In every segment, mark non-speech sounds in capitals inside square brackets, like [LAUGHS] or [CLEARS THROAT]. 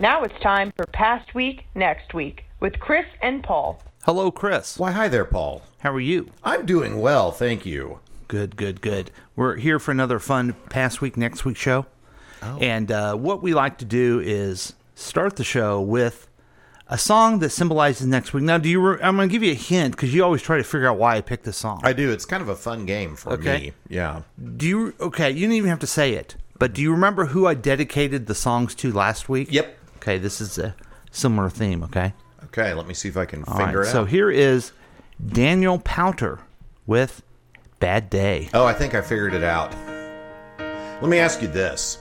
Now it's time for Past Week, Next Week with Chris and Paul. Hello, Chris. Why, hi there, Paul. How are you? I'm doing well, thank you. Good, good, good. We're here for another fun past week, next week show. And uh, what we like to do is start the show with a song that symbolizes next week. Now, do you? Re- I'm going to give you a hint because you always try to figure out why I picked this song. I do. It's kind of a fun game for Okay. me. Yeah. do you? Okay, you don't even have to say it. But do you remember who I dedicated the songs to last week? Yep. Okay, this is a similar theme. Okay. Okay, let me see if I can All right. figure it So out. here is Daniel Powter with "Bad Day." Oh, I think I figured it out. Let me ask you this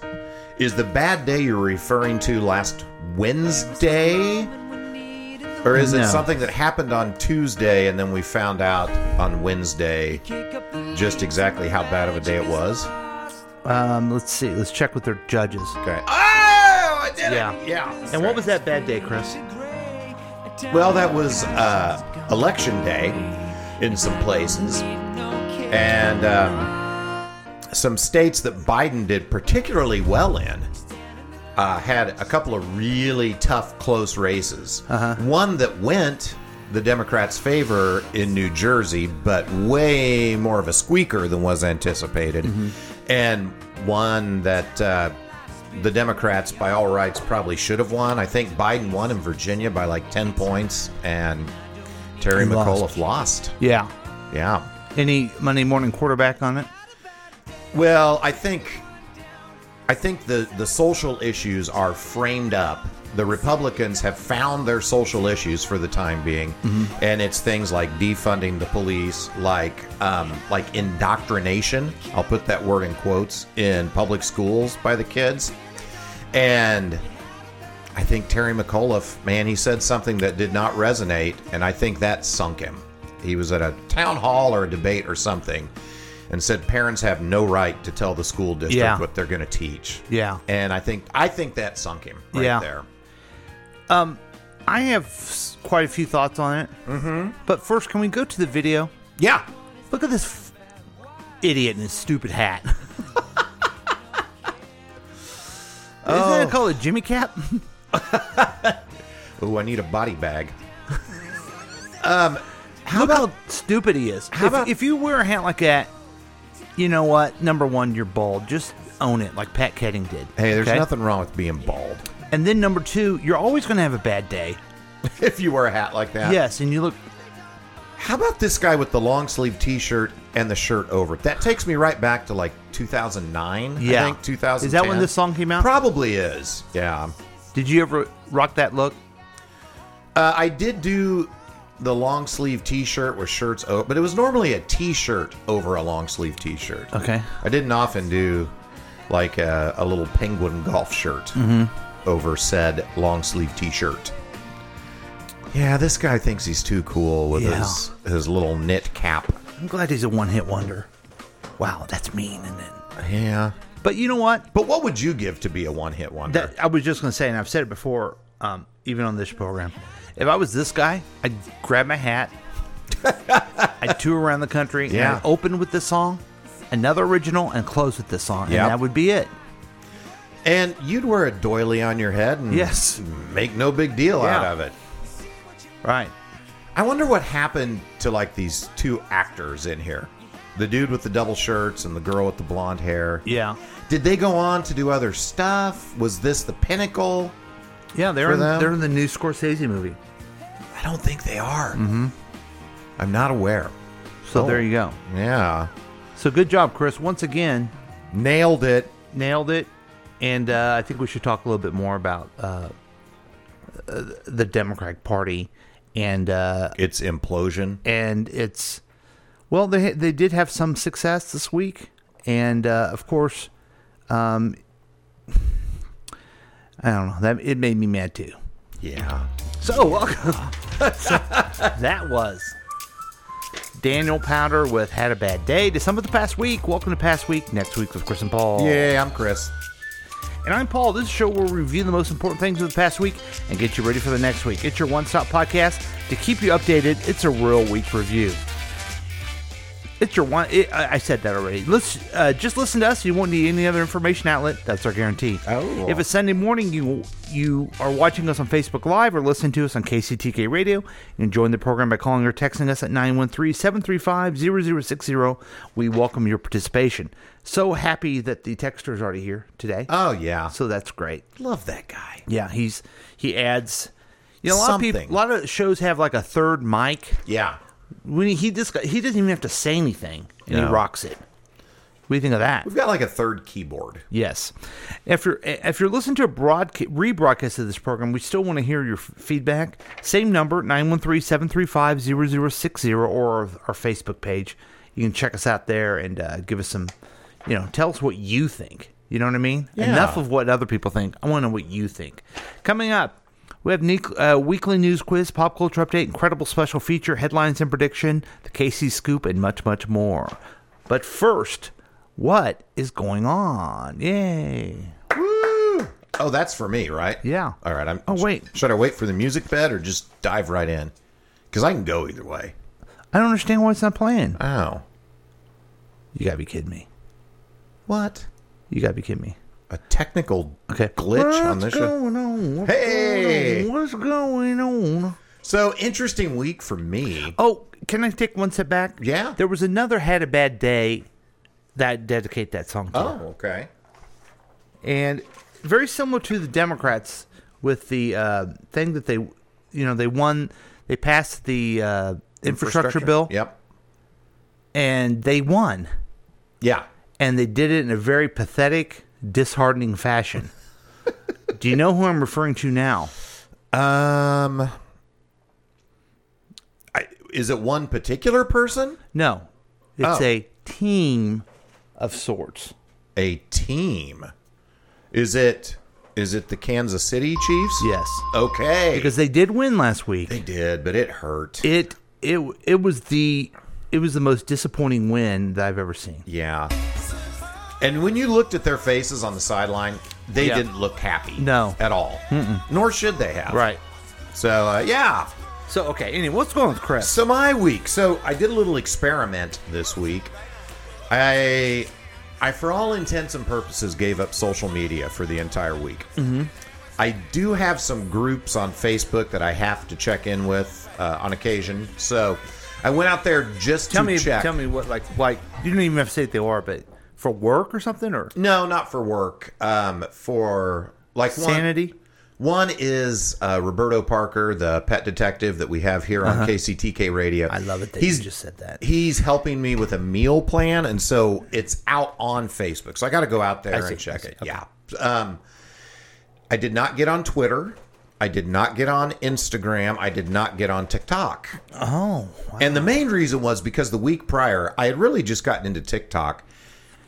Is the bad day you're referring to last Wednesday? Or is No. it something that happened on Tuesday and then we found out on Wednesday just exactly how bad of a day it was? Um, let's see. Let's check with their judges. Okay. Oh, I did Yeah. it! Yeah. And what was that bad day, Chris? Well, that was uh, election day in some places. And um, some states that Biden did particularly well in uh, had a couple of really tough, close races. One that went the Democrats' favor in New Jersey, but way more of a squeaker than was anticipated. And one that. Uh, the Democrats, by all rights, probably should have won. I think Biden won in Virginia by like 10 points, and Terry He lost. McAuliffe lost. Yeah. Yeah. Any Monday morning quarterback on it? Well, I think I think the the social issues are framed up. The Republicans have found their social issues for the time being, and it's things like defunding the police, like um, like indoctrination. I'll put that word in quotes in public schools by the kids, and I think Terry McAuliffe, man, he said something that did not resonate, and I think that sunk him. He was at a town hall or a debate or something, and said parents have no right to tell the school district Yeah. what they're going to teach. Yeah. and I think I think that sunk him right Yeah. there. I have s- quite a few thoughts on it. Mm-hmm. But first, can we go to the video? Yeah, Look at this f- idiot in his stupid hat. [LAUGHS] Isn't that called a Jimmy cap? [LAUGHS] ooh, I need a body bag. Look how stupid he is. if, about- if you wear a hat like that, you know what? Number one, you're bald. Just own it, like Pat Ketting did. Hey, there's okay? nothing wrong with being bald [LAUGHS] And then number two, you're always going to have a bad day. if you wear a hat like that. Yes, and you look How about this guy with the long sleeve T-shirt and the shirt over it? That takes me right back to like 2009. Yeah. I think 2010. Is that when this song came out? Probably is. Yeah. Did you ever rock that look? Uh, I did do the long sleeve T-shirt with shirts, o- but it was normally a T-shirt over a long sleeve T-shirt. Okay. I didn't often do like a, a little penguin golf shirt Mm-hmm. over said long sleeve T-shirt. Yeah, this guy thinks he's too cool with Yeah. his his little knit cap. I'm glad he's a one hit wonder. Wow, that's mean, isn't it? Yeah. But you know what? But what would you give to be a one hit wonder? That I was just going to say, and I've said it before, um, even on this program. If I was this guy, I'd grab my [LAUGHS] hat, I'd tour around the country, Yeah. and I'd open with this song, another original, and close with this song. Yep. And that would be it. and you'd wear a doily on your head and Yes. make no big deal out Yeah. of it. Right. I wonder what happened to like these two actors in here. The dude with the double shirts and the girl with the blonde hair. Yeah. Did they go on to do other stuff? Was this the pinnacle? Yeah, they're For in, them? they're in the new Scorsese movie. I don't think they are. Mm-hmm. I'm not aware. So Oh. there you go. Yeah. So good job, Chris. Once again, Nailed it. nailed it. And uh, I think we should talk a little bit more about uh, uh, the Democratic Party and uh, It's implosion. and it's well they they did have some success this week, and uh, of course, um, I don't know that it made me mad too. Yeah. So welcome. [LAUGHS] that was Daniel Powder with "Had a Bad Day" to some of the past week. Welcome to past week. Next week with Chris and Paul. Yeah, I'm Chris. And I'm Paul. This is a show where we review the most important things of the past week and get you ready for the next week. It's your one stop podcast to keep you updated. It's a real week review. It's your one. It, I I said that already. Let's uh, just listen to us. You won't need any other information outlet. That's our guarantee. Oh. If it's Sunday morning, you you are watching us on Facebook Live or listening to us on KCTK Radio. You can join the program by calling or texting us at 913-735-0060. We welcome your participation. So happy that the texter is already here today. Oh yeah, so that's great. love that guy. Yeah, he's he adds. You know, a lot of Something. people, a lot of shows have like a third mic Yeah, when he, he just got, he doesn't even have to say anything and No. he rocks it. What do you think of that? we've got like a third keyboard. Yes. If you're if you're listening to a broadca- rebroadcast of this program, we still want to hear your f- feedback. Same number 913-735-0060 or our, our Facebook page. You can check us out there and uh, give us some, you know, tell us what you think. You know what I mean? Yeah. Enough of what other people think. I want to know what you think. Coming up, we have ne- uh, weekly news quiz, pop culture update, incredible special feature, headlines and prediction, the KC scoop, and much, much more. But first, what is going on? Yay! Oh, that's for me, right? Yeah. All right. I'm. Oh, wait. Should I wait for the music bed or just dive right in? Because I can go either way. I don't understand why it's not playing. Oh, You gotta be kidding me. what? You gotta be kidding me. A technical Okay. glitch What's on this show. going on? What's Hey! going on? What's going on? So interesting week for me. Oh, can I take one step back? Yeah. There was another Had a Bad Day that I dedicate that song to. Oh, okay. and very similar to the Democrats with the uh, thing that they, you know, they won, they passed the uh, infrastructure, bill, Yep. and they won, Yeah. and they did it in a very pathetic, disheartening [LAUGHS] fashion. Do you know who I'm referring to now? Um. I, is it one particular person? No, it's Oh. a team of sorts. A team? Is it? Is it the Kansas City Chiefs? Yes, Okay. because they did win last week. they did, but it hurt. It it it was the it was the most disappointing win that I've ever seen. yeah. And when you looked at their faces on the sideline, they Yeah. didn't look happy. No. At all. Nor should they have. Right. So uh, yeah. So okay. Anyway, what's going on with Chris? So my week. So I did a little experiment this week. I I for all intents and purposes gave up social media for the entire week. Mm-hmm. I do have some groups on Facebook that I have to check in with uh, on occasion. So I went out there just tell to me check. tell me what like like you don't even have to say what they are but for work or something or No, not for work. Um, for like one- sanity One is uh, Roberto Parker, the pet detective that we have here on KCTK Radio. I Uh-huh. love it that you just said that. He's helping me with a meal plan, and so it's out on Facebook. So I got to go out there see, and I check see, it. Yeah. Um, I did not get on Twitter. I did not get on Instagram. I did not get on TikTok. oh wow. And the main reason was because the week prior, I had really just gotten into TikTok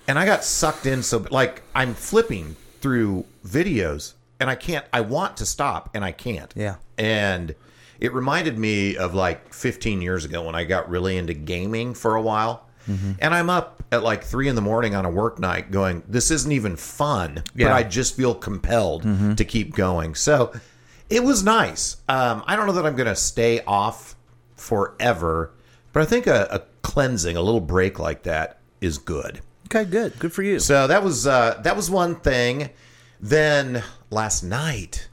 and I got sucked in so like I'm flipping through videos and I can't I want to stop and I can't. Yeah. And it reminded me of like 15 years ago when I got really into gaming for a while. And I'm up at like three in the morning on a work night going, this isn't even fun, but Yeah. I just feel compelled to keep going. So it was nice. Um, I don't know that I'm going to stay off forever, but I think a, a cleansing, a little break like that is good. okay good good for you So that was uh, that was one thing. Then last night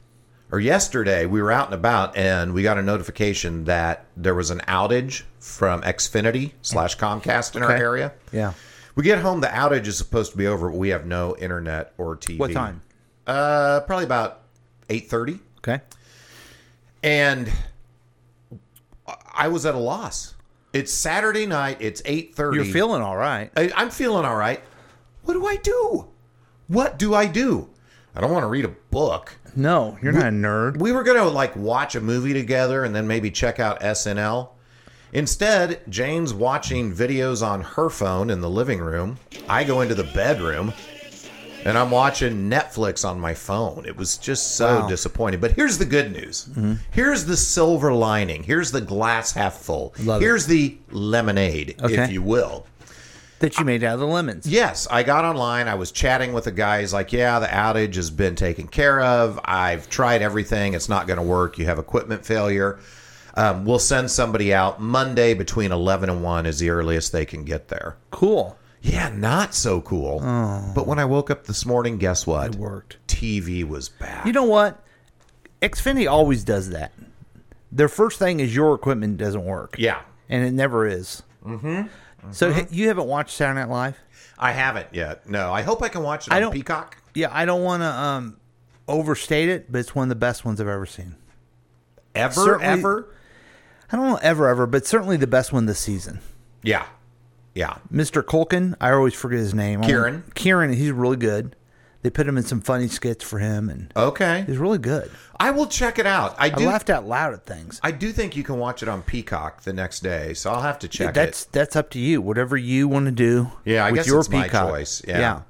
or yesterday, we were out and about, and we got a notification that there was an outage from Xfinity slash Comcast in our Okay. area. yeah We get home, the outage is supposed to be over, but we have no internet or TV. What time? Uh, probably about eight thirty, okay and I was at a loss. It's Saturday night. It's eight thirty. you're feeling all right I, I'm feeling all right. What do I do? What do I do? I don't want to read a book. no you're not a nerd We were gonna like watch a movie together and then maybe check out SNL. Instead, Jane's watching videos on her phone in the living room. I go into the bedroom and I'm watching Netflix on my phone. It was just so Wow. Mm-hmm. disappointing. But here's the good news. Here's the silver lining. Here's the glass half full. Love it. here's the lemonade, if Okay. you will. that you made out of the lemons Yes, I got online. I was chatting with a guy. He's like, "Yeah, the outage has been taken care of. I've tried everything. It's not going to work. You have equipment failure." Um, we'll send somebody out Monday between 11 and 1 is the earliest they can get there. Cool. Yeah, not so cool. But when I woke up this morning, guess what? Oh. It worked. TV was back. You know what? Xfinity always does that. Their first thing is your equipment doesn't work. yeah, And it never is. Mm-hmm. So ha- you haven't watched Saturday Night Live? I haven't yet. No, I hope I can watch it I on don't- Peacock. Yeah, I don't want to um, overstate it, but it's one of the best ones I've ever seen. Ever, Certainly- ever? I don't know ever, ever, but certainly the best one this season. Yeah. Yeah. Mr. Culkin, I always forget his name. Kieran. Kieran, he's really good. They put him in some funny skits for him, and Okay. he's really good. I will check it out. I I do. I, laughed out loud at things. do think you can watch it on Peacock the next day, so I'll have to check that's it. that's up to you. Whatever you want to do. Yeah, I with guess your it's peacock. my choice. Yeah.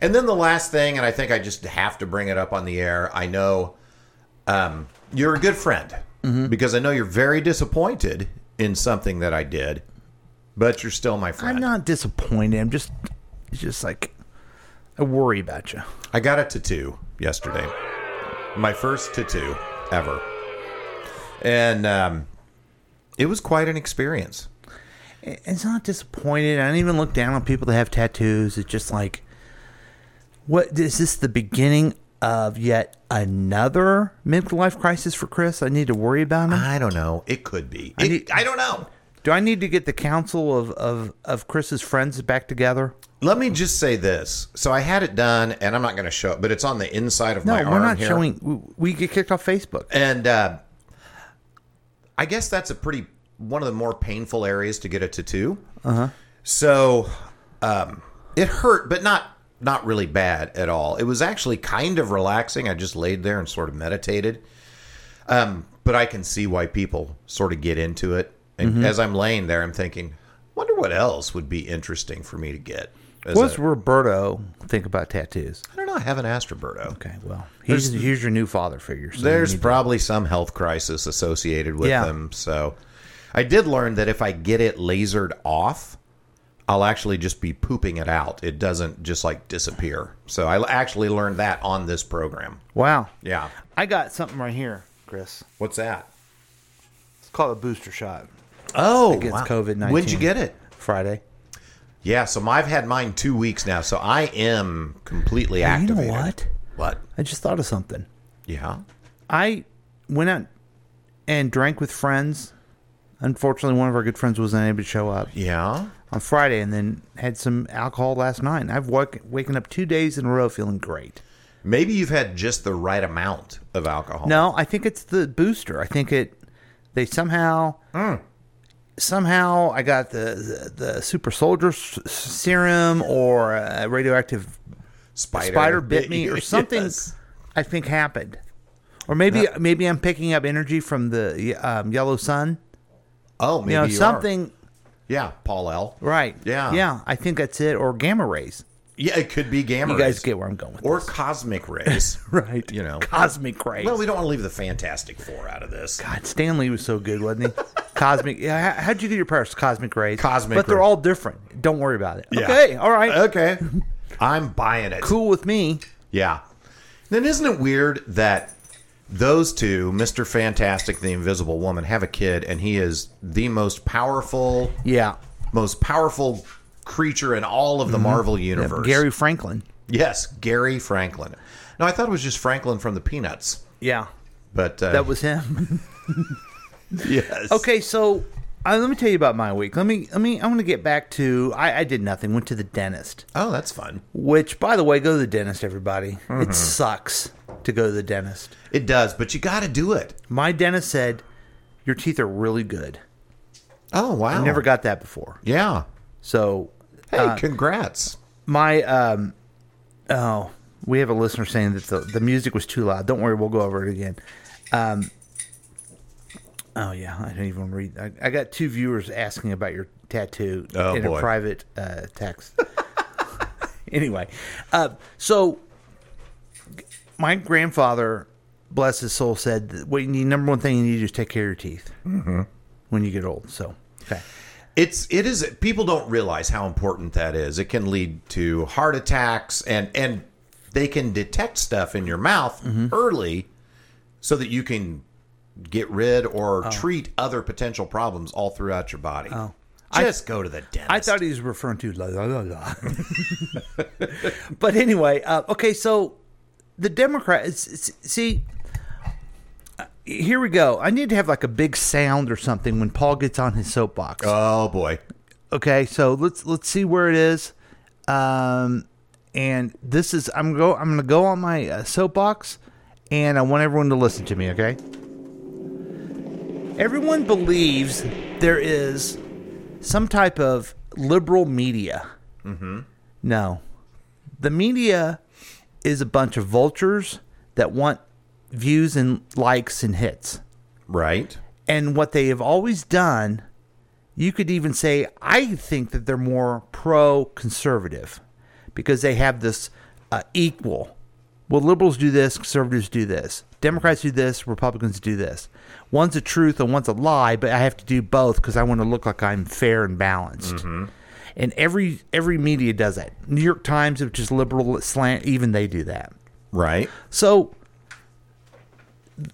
And then the last thing, and I think I just have to bring it up on the air. I know um, you're a good friend Mm-hmm. because I know you're very disappointed in something that I did, but you're still my friend. I'm not disappointed. I'm just, it's just like, I worry about you. I got a tattoo yesterday. My first tattoo ever. And um, it was quite an experience. It's not disappointed. I don't even look down on people that have tattoos. It's just like, what is this the beginning of yet another midlife crisis for Chris? I need to worry about him. I don't know. It could be. It- I, Mm. need- don't know. Do I need to get the council of of of Chris's friends back together? Let me just say this. So I had it done, and I'm not going to show it, but it's on the inside of No, my arm. we're not here. showing. we- We get kicked off Facebook. And uh, I guess that's a pretty one of the more painful areas to get a tattoo. Uh Uh-huh. huh. So um, it hurt, but not not really bad at all. It was actually kind of relaxing. I just laid there and sort of meditated. Um, but I can see why people sort of get into it. And Mm-hmm. as I'm laying there, I'm thinking, wonder what else would be interesting for me to get. As What's a- Roberto think about tattoos? I don't know. I haven't asked Roberto. Okay, well, he's, he's your new father figure. So There's you need- probably some health crisis associated with Yeah. them. So I did learn that if I get it lasered off, I'll actually just be pooping it out. It doesn't just like disappear. So I actually learned that on this program. wow. Yeah. I got something right here, Chris. What's that? It's called a booster shot. Oh, Against COVID-19. When'd you get it? Friday. Yeah. So I've had mine two weeks now. So I am completely you know activated. what? What? I just thought of something. Yeah. I went out and drank with friends. Unfortunately, one of our good friends wasn't able to show up Yeah. on Friday, and then had some alcohol last night. And I've woke, waken up two days in a row feeling great. Maybe you've had just the right amount of alcohol. No, I think it's the booster. I think it. They somehow. Mm. Somehow I got the, the the super soldier s- serum or a radioactive Spider, spider bit [LAUGHS] me or something. Yes. I think happened, or maybe maybe I'm picking up energy from the um, yellow sun. Oh, maybe you know you are. something Yeah, Paul L. right? Yeah. yeah. I think that's it. Or gamma rays. Yeah, it could be gamma. You guys rays. get where I'm going with or this. cosmic rays. [LAUGHS] right? You know. cosmic rays. Well, we don't want to leave the Fantastic Four out of this. God, Stanley was so good, wasn't [LAUGHS] he? Cosmic. Yeah, how- how'd you get your purse? Cosmic rays. Cosmic But they're rays. all different. Don't worry about it. Yeah. Okay. All right. [LAUGHS] Okay, I'm buying it. cool with me. Yeah. Then isn't it weird that those two, Mister Fantastic, the Invisible Woman, have a kid, and he is the most powerful, Yeah. most powerful creature in all of the Marvel universe. Mm-hmm. Gary Franklin. Yes, Gary Franklin. No, I thought it was just Franklin from the Peanuts, Yeah. but uh, That was [LAUGHS] him. yes. okay, so uh, let me tell you about my week. Let me. Let me. I want to get back to. I, I did nothing. Went to the dentist. Oh, that's fun. Which, by the way, go to the dentist, everybody. Mm-hmm. It sucks to go to the dentist. It does, but you got to do it. My dentist said your teeth are really good. Oh wow! I never got that before. Yeah. So Hey, Uh, congrats. my um oh we have a listener saying that the, the music was too loud don't worry we'll go over it again um oh yeah i didn't even read i, I got two viewers asking about your tattoo Oh, in boy. a private uh text [LAUGHS] anyway uh so my grandfather bless his soul said that what you need number one thing you need to do is take care of your teeth Mm-hmm. when you get old so okay It's it is people don't realize how important that is. It can lead to heart attacks and and Mm-hmm. they can detect stuff in your mouth early so that you can get rid or Oh. treat other potential problems all throughout your body. Oh. I- Just go to the dentist. I thought he was referring to la la la la. but anyway, uh, okay, so the Democrats s- s- see. uh, Here we go. I need to have like a big sound or something when Paul gets on his soapbox. Oh boy. Okay, so let's let's see where it is. Um, and this is I'm go I'm gonna go on my uh, soapbox, and I want everyone to listen to me. Okay. Everyone believes there is some type of liberal media. Mm-hmm. No, the media is a bunch of vultures that want views and likes and hits Right. and what they have always done, you could even say, I think that they're more pro conservative because they have this uh, equal. Well, liberals do this, conservatives do this, Democrats do this, Republicans do this. One's a truth and one's a lie, but I have to do both because I want to look like I'm fair and balanced. And every every media does that. New York Times, which is liberal slant, even they do that. Right. So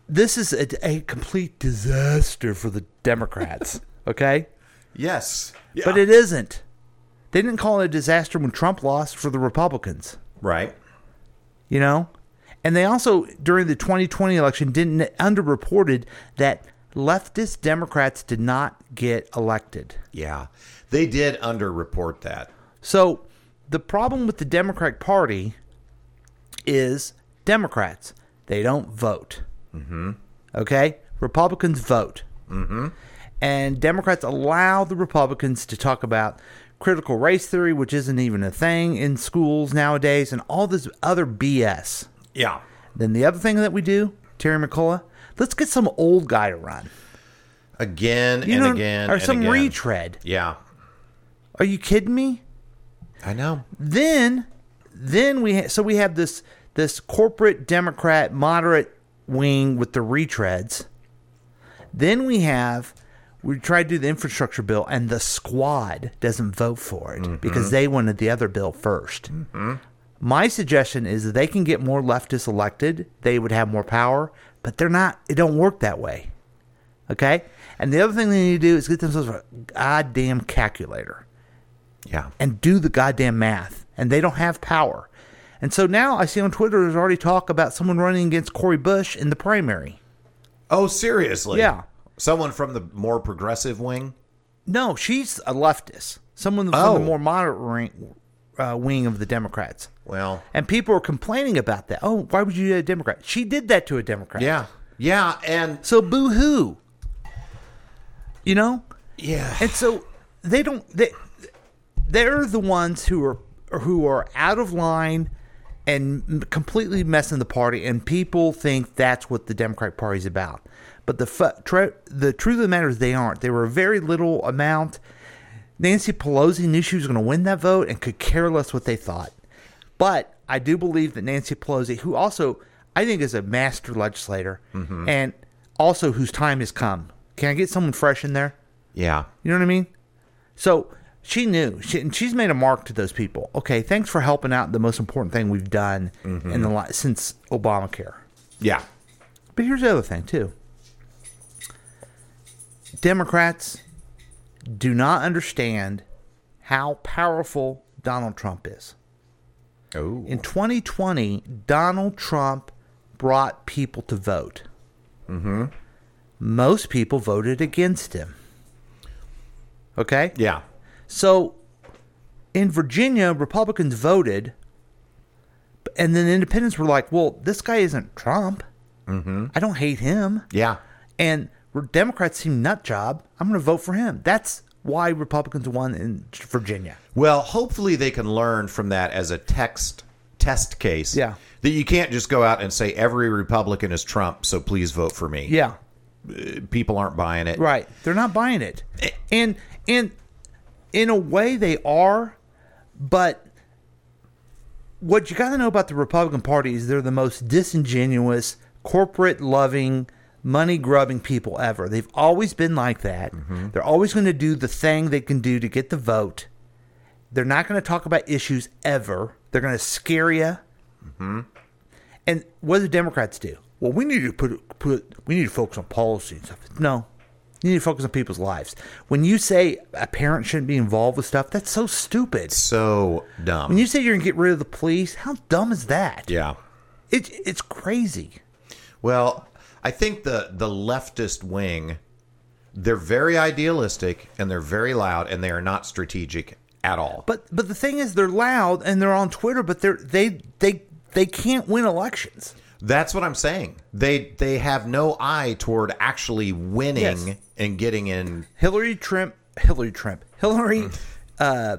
this is a, a complete disaster for the Democrats. okay, Yes. Yeah. but it isn't. They didn't call it a disaster when Trump lost for the Republicans. right. You know, and they also during the 2020 election didn't underreported that leftist Democrats did not get elected. Yeah. They did underreport that. So the problem with the Democratic Party is Democrats. They don't vote. Mm-hmm. Okay? Republicans vote. Mm-hmm. And Democrats allow the Republicans to talk about critical race theory, which isn't even a thing in schools nowadays, and all this other BS. Yeah. Then the other thing that we do, Terry McCullough, let's get some old guy to run. Again You and know, again. Or and some again. retread. Yeah. Are you kidding me? I know. then then we ha- so we have this this corporate democrat moderate wing with the retreads then we have we try to do the infrastructure bill and the squad doesn't vote for it because they wanted the other bill 1st my suggestion is that they can get more leftists elected they would have more power but they're not it don't work that way okay and the other thing they need to do is get themselves a goddamn calculator Yeah. and do the goddamn math, and they don't have power. And so now I see on Twitter there's already talk about someone running against Cory Bush in the primary. Oh, seriously. Yeah. Someone from the more progressive wing? No, she's a leftist, someone from Oh. the more moderate ring, uh, wing of the Democrats. Well, And people are complaining about that. Oh, why would you do a Democrat? She did that to a Democrat. yeah. Yeah, and [LAUGHS] So boo hoo. You know, yeah. and so they don't they they're the ones who are who are out of line and m- completely messing the party and people think that's what the democratic party's about but the fu- tr- the truth of the matter is they aren't they were a very little amount nancy pelosi knew she was going to win that vote and could care less what they thought but i do believe that nancy pelosi who also i think is a master legislator and also whose time has come can i get someone fresh in there yeah. you know what I mean? So she knew, she, and she's made a mark to those people. Okay, thanks for helping out. The most important thing we've done in the li since Obamacare. Yeah. But here's the other thing too. Democrats do not understand how powerful Donald Trump is. Oh. In 2020, Donald Trump brought people to vote. Mm-hmm. Most people voted against him. Okay? Yeah. So in Virginia, Republicans voted, and then independents were like, well, this guy isn't Trump. Mm-hmm. I don't hate him. Yeah. And Democrats seem nut job. I'm going to vote for him. That's why Republicans won in Virginia. Well, hopefully they can learn from that as a text test case. Yeah. That you can't just go out and say every Republican is Trump, so please vote for me. Yeah. People aren't buying it. Right. They're not buying it. And and in a way they are, but what you got to know about the Republican Party is they're the most disingenuous, corporate loving, money grubbing people ever. They've always been like that. They're always going to do the thing they can do to get the vote. They're not going to talk about issues ever. They're going to scare you. And what do Democrats do? well, we need to put put we need to focus on policy and stuff. No, you need to focus on people's lives. When you say a parent shouldn't be involved with stuff, that's so stupid. So dumb. When you say you're gonna get rid of the police, how dumb is that? yeah. it, it's crazy. Well, I think the the leftist wing, they're very idealistic and they're very loud and they are not strategic at all. But but the thing is, they're loud and they're on Twitter, but they're they they they can't win elections. That's what I'm saying. They they have no eye toward actually winning Yes. and getting in. Hillary Trump, Hillary Trump, Hillary uh,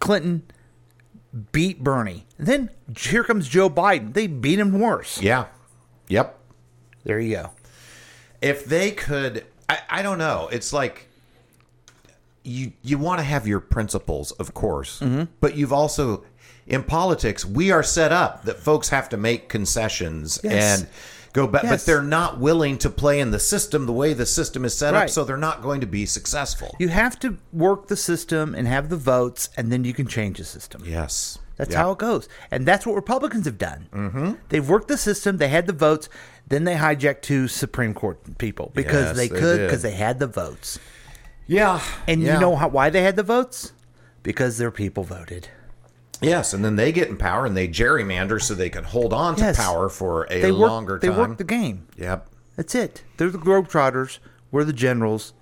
Clinton beat Bernie. And then here comes Joe Biden. They beat him worse. Yeah. Yep. There you go. if they could I, I don't know it's like you you want to have your principles of course Mm-hmm. but you've also in politics we are set up that folks have to make concessions Yes. and go back but Yes. they're not willing to play in the system the way the system is set up Right. so they're not going to be successful You have to work the system and have the votes, and then you can change the system. yes That's Yeah. how it goes. And that's what Republicans have done. Mm-hmm. They've worked the system, they had the votes, then they hijacked two Supreme Court people because Yes, they they could, did. because they had the votes. yeah And Yeah. you know how, why they had the votes? Because their people voted. yes and then they get in power and they gerrymander so they can hold on to Yes. power for a They worked, longer They time worked the game. yep That's it. They're the Globetrotters. We're the generals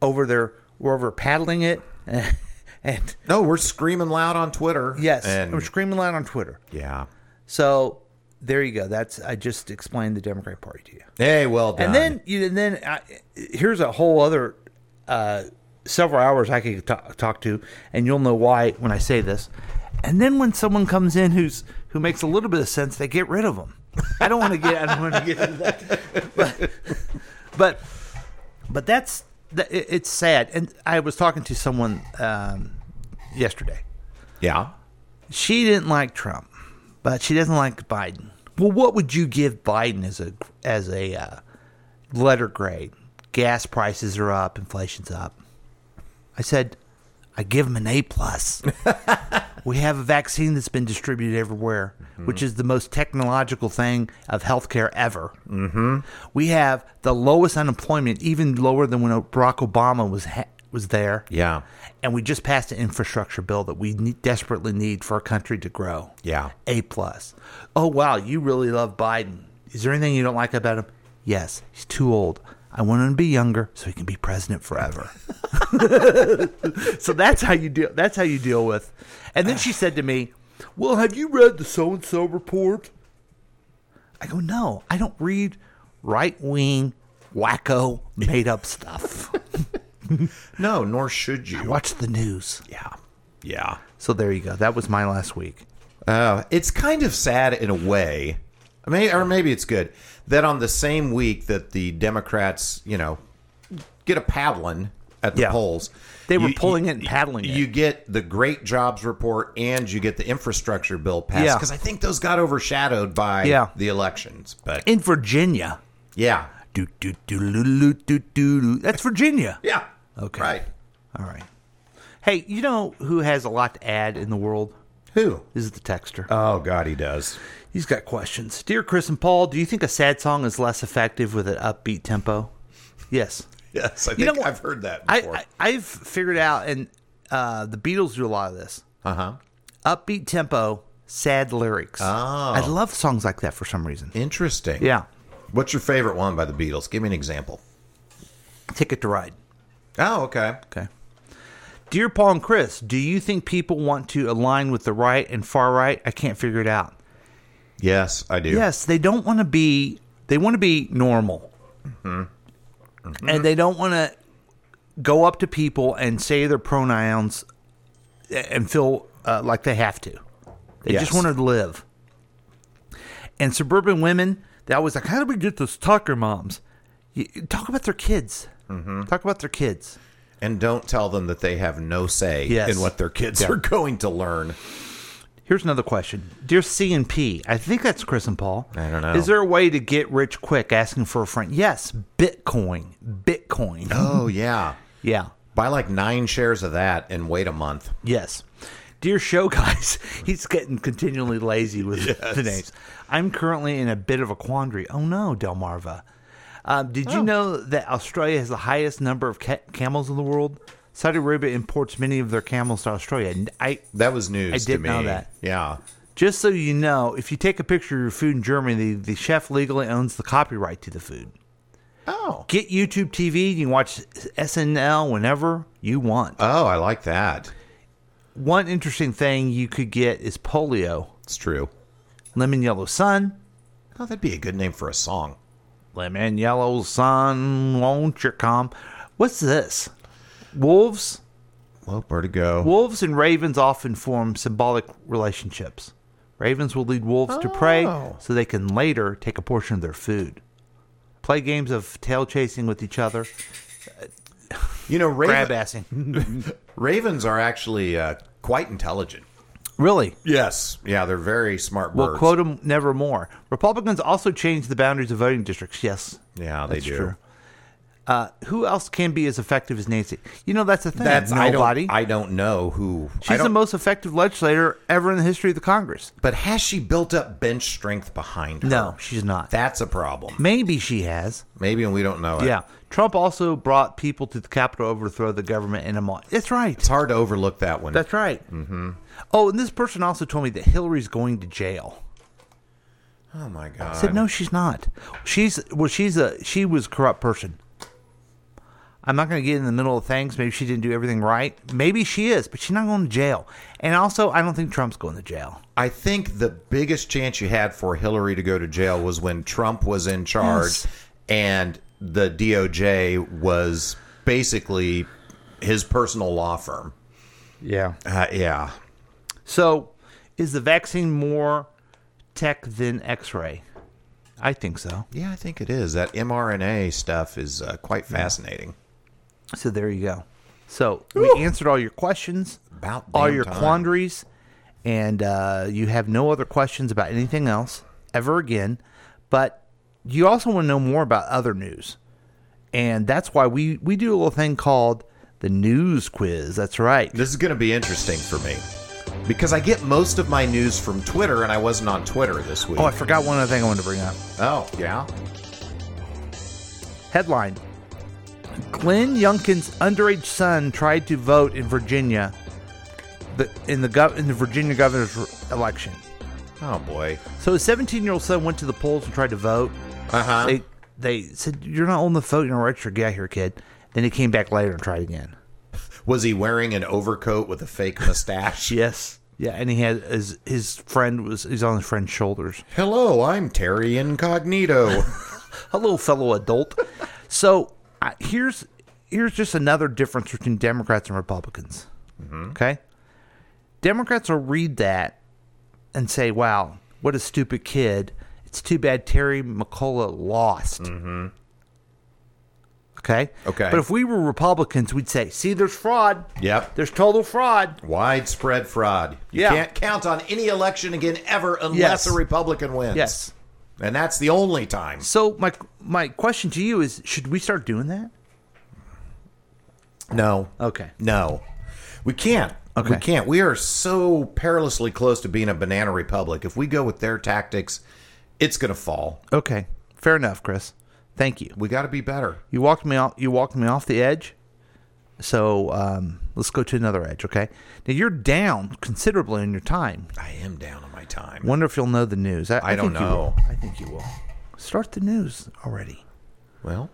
over there. We're over paddling it. [LAUGHS] And no we're screaming loud on twitter yes, and I'm screaming loud on Twitter. yeah So there you go. That's I just explained the Democrat Party to you. Hey, well done. And then you and then I, here's a whole other uh, several hours I could talk, talk to, and you'll know why when I say this. And then when someone comes in who's who makes a little bit of sense, they get rid of them. I don't want to get I don't want to get into that, [LAUGHS] but but but that's that- it- it's sad. And I was talking to someone um, yesterday. yeah, She didn't like Trump, but she doesn't like Biden. Well, what would you give Biden as a as a uh, letter grade? Gas prices are up, inflation's up. I said, I give him an A plus. we have a vaccine that's been distributed everywhere, which is the most technological thing of healthcare ever. Mm-hmm. We have the lowest unemployment, even lower than when Barack Obama was ha- was there yeah, and we just passed an infrastructure bill that we need, desperately need for our country to grow. yeah, A plus. Oh wow, you really love Biden. Is there anything you don't like about him? Yes, he's too old. I want him to be younger so he can be president forever. [LAUGHS] so that's how you deal. That's how you deal with. And then she said to me, "Well, have you read the so and so report?" I go, "No, I don't read right wing wacko made up [LAUGHS] stuff. No, nor should I you. watch the news." Yeah, yeah. So there you go. That was my last week. Uh, it's kind of sad in a way, I mean, or maybe it's good that on the same week that the Democrats, you know, get a paddling at the Yeah. polls, They were you- pulling you- it and paddling it. You get the great jobs report and you get the infrastructure bill passed Yeah. because I think those got overshadowed by Yeah. the elections. But In Virginia. yeah, Do, do, do, do, do, do, do, do. That's Virginia. yeah, Okay. right. All right. Hey, you know who has a lot to add in the world? Who? Is the texter. Oh God, he does. Uh, He's got questions. Dear Chris and Paul, do you think a sad song is less effective with an upbeat tempo? Yes. [LAUGHS] Yes, I think You know what? I've heard that I, before. I, I've figured out, and uh, the Beatles do a lot of this uh huh. upbeat tempo, sad lyrics. Uh-huh. Oh. I love songs like that for some reason. Interesting. Yeah. What's your favorite one by the Beatles? Give me an example. Ticket to Ride. Oh, okay. Okay. Dear Paul and Chris, do you think people want to align with the right and far right? I can't figure it out. Yes, I do. Yes, they don't want to be. They want to be normal, and they don't want to go up to people and say their pronouns and feel uh, like they have to. They Yes. just want to live. And suburban women, they always like, how do we get those Tucker moms? You, talk about their kids. Talk about their kids. And don't tell them that they have no say Yes. in what their kids are going to learn. Here's another question. Dear C and P, I think that's Chris and Paul. I don't know. Is there a way to get rich quick asking for a friend? Yes, Bitcoin. Bitcoin. [LAUGHS] Oh, yeah. yeah. Buy like nine shares of that and wait a month. Yes. Dear show guys, [LAUGHS] he's getting continually lazy with the names. I'm currently in a bit of a quandary. Oh no, Delmarva. Um, did you know that Australia has the highest number of ca- camels in the world? Saudi Arabia imports many of their camels to Australia. And I That was news I to did me. know that. Yeah. just so you know, if you take a picture of your food in Germany, the, the chef legally owns the copyright to the food. Oh. Get YouTube TV. You can watch SNL whenever you want. Oh, I like that. One interesting thing you could get is polio, It's true. lemon yellow sun, Oh, that'd be a good name for a song. lemon yellow sun. Won't you come? What's this? Wolves, Well, where to go? wolves, and ravens often form symbolic relationships. Ravens will lead wolves to prey Oh. so they can later take a portion of their food. Play games of tail chasing with each other, you know, grab raven, [LAUGHS] assing. ravens are actually uh, quite intelligent. Really? Yes. Yeah, they're very smart birds. Well, quote them never more. Republicans also changed the boundaries of voting districts. Yes. Yeah, they that's do. True. Uh, who else can be as effective as Nancy? You know, that's the thing. That's nobody. I don't. I don't know who. I She's the don't- most effective legislator ever in the history of the Congress. But has she built up bench strength behind her? No, she's not. That's a problem. Maybe she has. Maybe and we don't know it. Yeah. Trump also brought people to the Capitol to overthrow the government in a month. That's right. It's hard to overlook that one. That's right. Mm-hmm. Oh, and this person also told me that Hillary's going to jail. oh my god. I said, "No, she's not. She's well, she's a she was a corrupt person. I'm not going to get in the middle of things. Maybe she didn't do everything right. Maybe she is, but she's not going to jail. And also, I don't think Trump's going to jail. I think the biggest chance you had for Hillary to go to jail was when Trump was in charge Yes. and the DOJ was basically his personal law firm. Yeah. Uh, yeah. So, is the vaccine more tech than X-ray? I think so. Yeah, I think it is. That mRNA stuff is uh, quite fascinating. So there you go. So we answered all your questions, About all damn your time. quandaries, and uh, you have no other questions about anything else ever again. But you also want to know more about other news, and that's why we we do a little thing called the news quiz. That's right. This is going to be interesting for me because I get most of my news from Twitter and I wasn't on Twitter this week. Oh, I forgot one other thing I wanted to bring up. Oh, yeah. Headline: Glenn Youngkin's underage son tried to vote in Virginia, the, in the gov- in the Virginia governor's election. Oh boy. So his 17 year old son went to the polls and tried to vote. Uh huh. They they said, "You're not on the vote. You're not registered. Get out here, kid." Then he came back later and tried again. Was he wearing an overcoat with [LAUGHS] a fake mustache? Yes. Yeah, and he had his his friend was he's on his friend's shoulders. Hello, I'm [LAUGHS] Terry Incognito. Hello, fellow adult. so I, here's here's just another difference between Democrats and Republicans. Okay, Democrats will read that and say, "Wow, what a stupid kid! It's too bad Terry McCullough lost." Okay. Okay. But if we were Republicans, we'd say, "See, there's fraud. yep. There's total fraud." Widespread fraud. You Yeah. can't count on any election again ever unless Yes. a Republican wins. Yes. And that's the only time. So my my question to you is, should we start doing that? No. Okay. No. We can't. We Okay. can't. We are so perilously close to being a banana republic. If we go with their tactics, it's going to fall. Okay. Fair enough, Chris. Thank you. We got to be better. You walked me off. You walked me off the edge. So um, let's go to another edge, okay? Now you're down considerably in your time. I am down on my time. Wonder if you'll know the news. I, I don't think you know. will. I think you will. Start the news already. Well,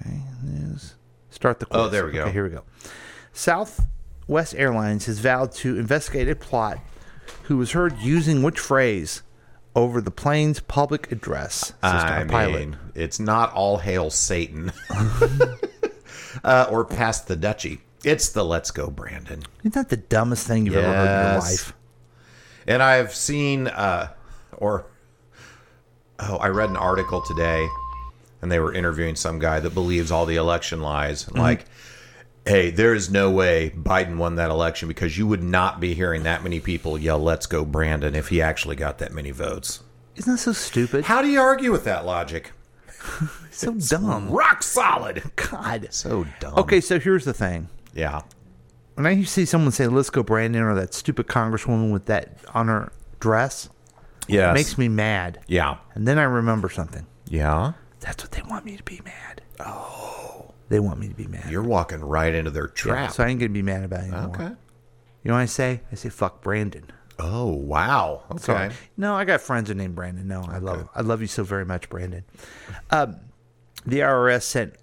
Okay, news. Start the quiz. Oh, there we go. Okay, here we go. Southwest Airlines has vowed to investigate a plot who was heard using which phrase over the plane's public address system. I A pilot. mean, it's not all [LAUGHS] hail Satan [LAUGHS] uh, or past the duchy. It's the let's go, Brandon. Isn't that the dumbest thing you've ever heard in your Yes. life? And I've seen, uh, or oh, I read an article today, and they were interviewing some guy that believes all the election lies. Mm-hmm. Like, hey, there is no way Biden won that election because you would not be hearing that many people yell "Let's go, Brandon" if he actually got that many votes. Isn't that so stupid? How do you argue with that logic? so dumb. Rock solid. Hmm. [LAUGHS] God. So dumb. Okay, so here's the thing. Yeah. when I see someone say, "Let's go, Brandon," or that stupid congresswoman with that on her dress, Yeah. it makes me mad. Yeah. And then I remember something. Yeah. That's what they want me to be mad. Oh, they want me to be mad. You're walking right into their Yeah, trap. so I ain't gonna be mad about it anymore. okay. You know what I say? I say, "Fuck Brandon." Oh wow. Okay. Sorry. No, I got friends are named Brandon. No, I love I love you so very much, Brandon. Um, the IRS sent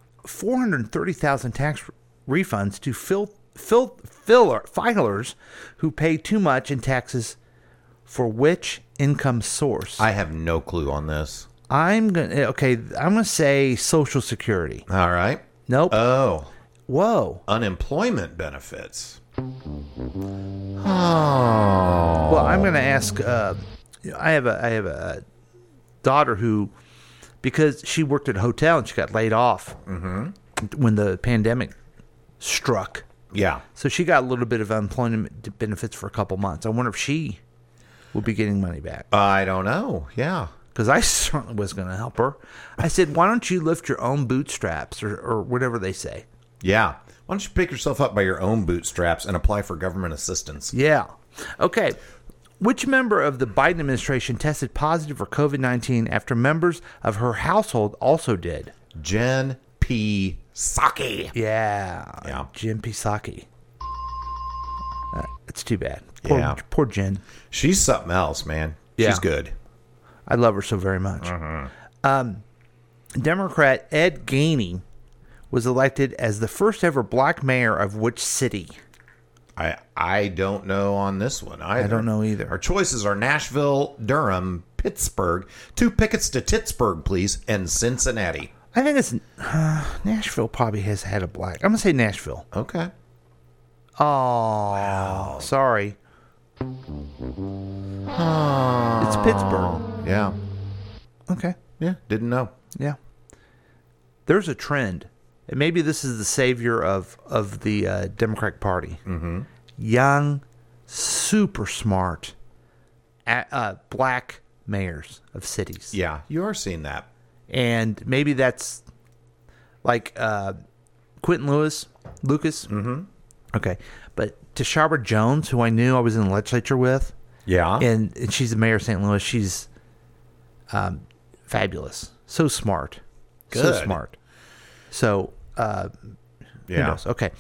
430,000 tax refunds to fill, fill, filler, filers who pay too much in taxes for which income source? I have no clue on this. am going to, okay, I'm going to say Social Security. All right. Nope. Oh, Whoa. unemployment benefits. Oh. Well, I'm going to ask. Uh, I have a I have a daughter who, because she worked at a hotel and she got laid off when the pandemic struck, Yeah. so she got a little bit of unemployment benefits for a couple months. I wonder if she will be getting money back I don't know. Yeah. because I [LAUGHS] certainly was going to help her. I said, "Why don't you lift your own bootstraps or, or whatever they say?" Yeah. Why don't you pick yourself up by your own bootstraps and apply for government assistance? Yeah. Okay. Which member of the Biden administration tested positive for COVID 19 after members of her household also did? Jen P. Saki. Yeah. Yeah. Jim Pisaki. Uh, it's too bad. Poor, Yeah. poor Jen. She's something else, man. Yeah. She's good. I love her so very much. Mm-hmm. Um, Democrat Ed Gainey was elected as the first ever black mayor of which city? I I don't know on this one either. don't know either. Our choices are Nashville, Durham, Pittsburgh, two pickets to Pittsburgh, please, and Cincinnati. I think it's uh, Nashville, probably has had a black. I'm going to say Nashville. Okay. Oh, sorry. It's Pittsburgh. Yeah. Okay. Yeah. Didn't know. Yeah. There's a trend, and maybe this is the savior of of the uh, Democratic Party. Mm-hmm. Young, super smart, a uh, black mayors of cities, Yeah. You are seeing that. and maybe that's like uh, Quentin Lewis, Lucas. Mm-hmm. Okay, but Tashara Jones, who I knew I was in the legislature with, Yeah. and, and she's the mayor of St. Louis. She's um, fabulous, so smart, so Good. smart. So uh, who yeah. knows? Okay,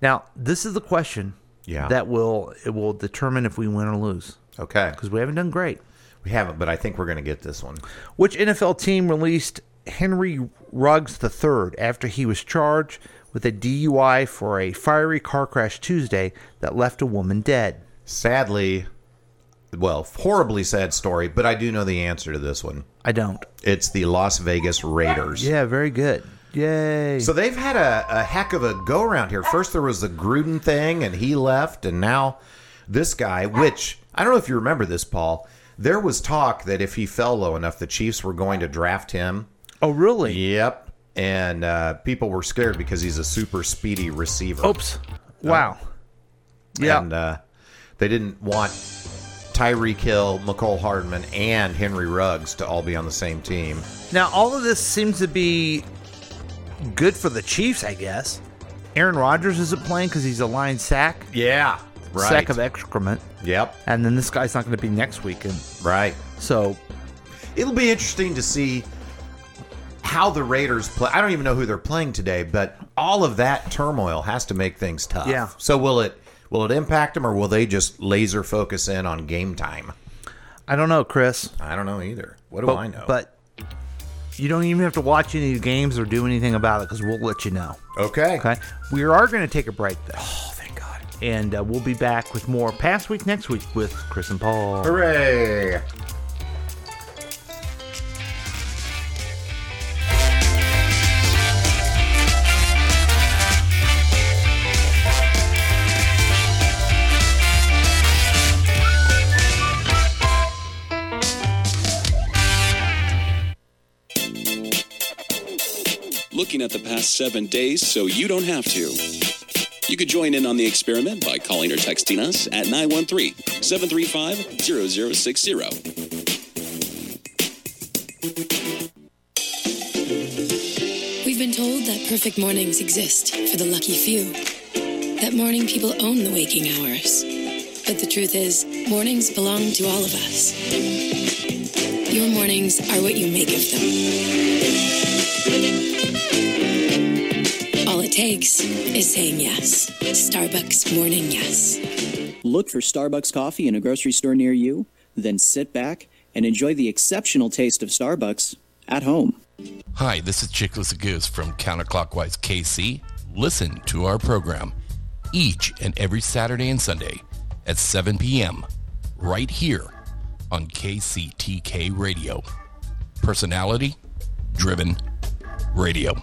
now this is the question Yeah. that will it will determine if we win or lose Okay. because we haven't done great. We haven't, but I think we're going to get this one. Which NFL team released Henry Ruggs III after he was charged with a DUI for a fiery car crash Tuesday that left a woman dead? Sadly, well, horribly sad story, but I do know the answer to this one. I don't. It's the Las Vegas Raiders. Yeah, very good. Yay. So they've had a, a heck of a go around here. First, there was the Gruden thing, and he left, and now this guy, which I don't know if you remember this, Paul. There was talk that if he fell low enough, the Chiefs were going to draft him. oh, really? Yep. And uh, people were scared because he's a super speedy receiver. Oops. Wow. Oh, Yeah. And uh, they didn't want Tyreek Hill, McCole Hardman, and Henry Ruggs to all be on the same team. now all of this seems to be good for the Chiefs, I guess. Aaron Rodgers isn't playing because he's a line sack, Yeah. Right. sack of excrement, Yep. and then this guy's not going to be next week, and Right. so It'll be interesting to see how the Raiders play. I don't even know who they're playing today, but all of that turmoil has to make things tough. Yeah. So will it will it impact them, or will they just laser focus in on game time? I don't know, Chris. I don't know either. What do But, Oh, I know? but you don't even have to watch any of the games or do anything about it because we'll let you know. okay. Okay, we are going to take a break though, Oh, thank God. and uh, we'll be back with more past week next week with Chris and Paul. Hooray! looking at the past seven days so you don't have to. You could join in on the experiment by calling or texting us at 913 735 0060. We've been told that perfect mornings exist for the lucky few. that morning people own the waking hours. But the truth is, mornings belong to all of us. Your mornings are what you make of them. All it takes is saying yes. Starbucks Morning Yes. Look for Starbucks coffee in a grocery store near you, then sit back and enjoy the exceptional taste of Starbucks at home. Hi, this is Chickless Goose from Counterclockwise KC. Listen to our program each and every Saturday and Sunday at 7 p.m. right here on KCTK Radio. Personality driven radio.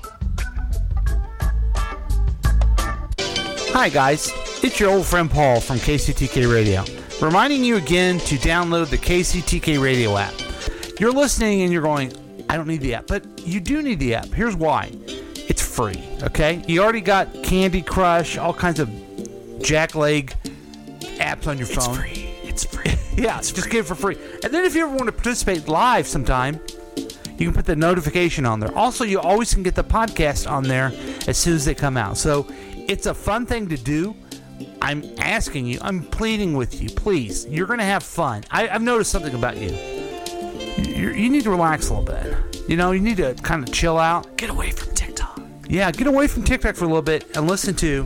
Hi, guys. It's your old friend Paul from KCTK Radio, reminding you again to download the KCTK Radio app. You're listening and you're going, I don't need the app, but you do need the app. Here's why it's free, okay? You already got Candy Crush, all kinds of jackleg apps on your phone. It's free. It's free. [LAUGHS] yeah, just get it for free. And then if you ever want to participate live sometime, you can put the notification on there. Also, you always can get the podcast on there as soon as they come out. So it's a fun thing to do. I'm asking you, I'm pleading with you, please. You're going to have fun. I, I've noticed something about you. you you need to relax a little bit. You know, you need to kind of chill out. Get away from TikTok. Yeah, get away from TikTok for a little bit and listen to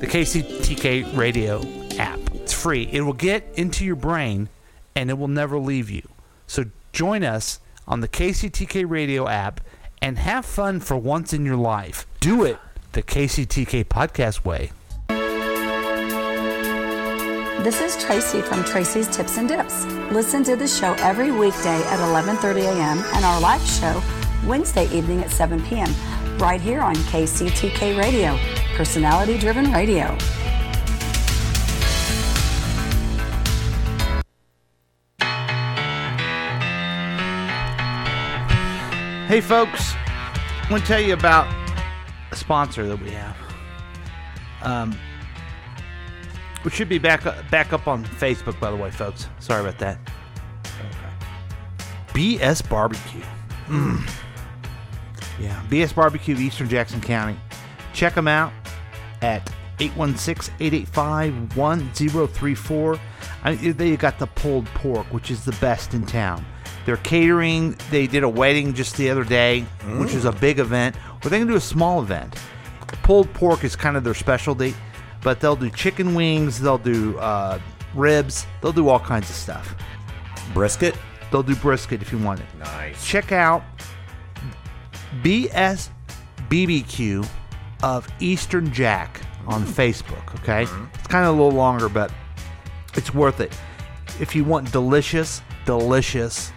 the KCTK radio app. It's free. It will get into your brain and it will never leave you. So join us on the KCTK radio app and have fun for once in your life. Do it the KCTK podcast way. This is Tracy from Tracy's Tips and Dips. Listen to the show every weekday at 11:30 a.m. and our live show Wednesday evening at 7 p.m. right here on KCTK Radio, personality-driven radio. Hey, folks, I want to tell you about a sponsor that we have. Um, we should be back uh, back up on Facebook, by the way, folks. Sorry about that. BS Barbecue. Mm. Yeah, BS Barbecue, Eastern Jackson County. Check them out at 816-885-1034. I, they got the pulled pork, which is the best in town. They're catering. They did a wedding just the other day, mm. which is a big event. Or they can do a small event. Pulled pork is kind of their specialty, but they'll do chicken wings. They'll do uh, ribs. They'll do all kinds of stuff. Brisket. They'll do brisket if you want it. Nice. Check out BS BBQ of Eastern Jack on mm. Facebook. Okay, mm-hmm. it's kind of a little longer, but it's worth it. If you want delicious, delicious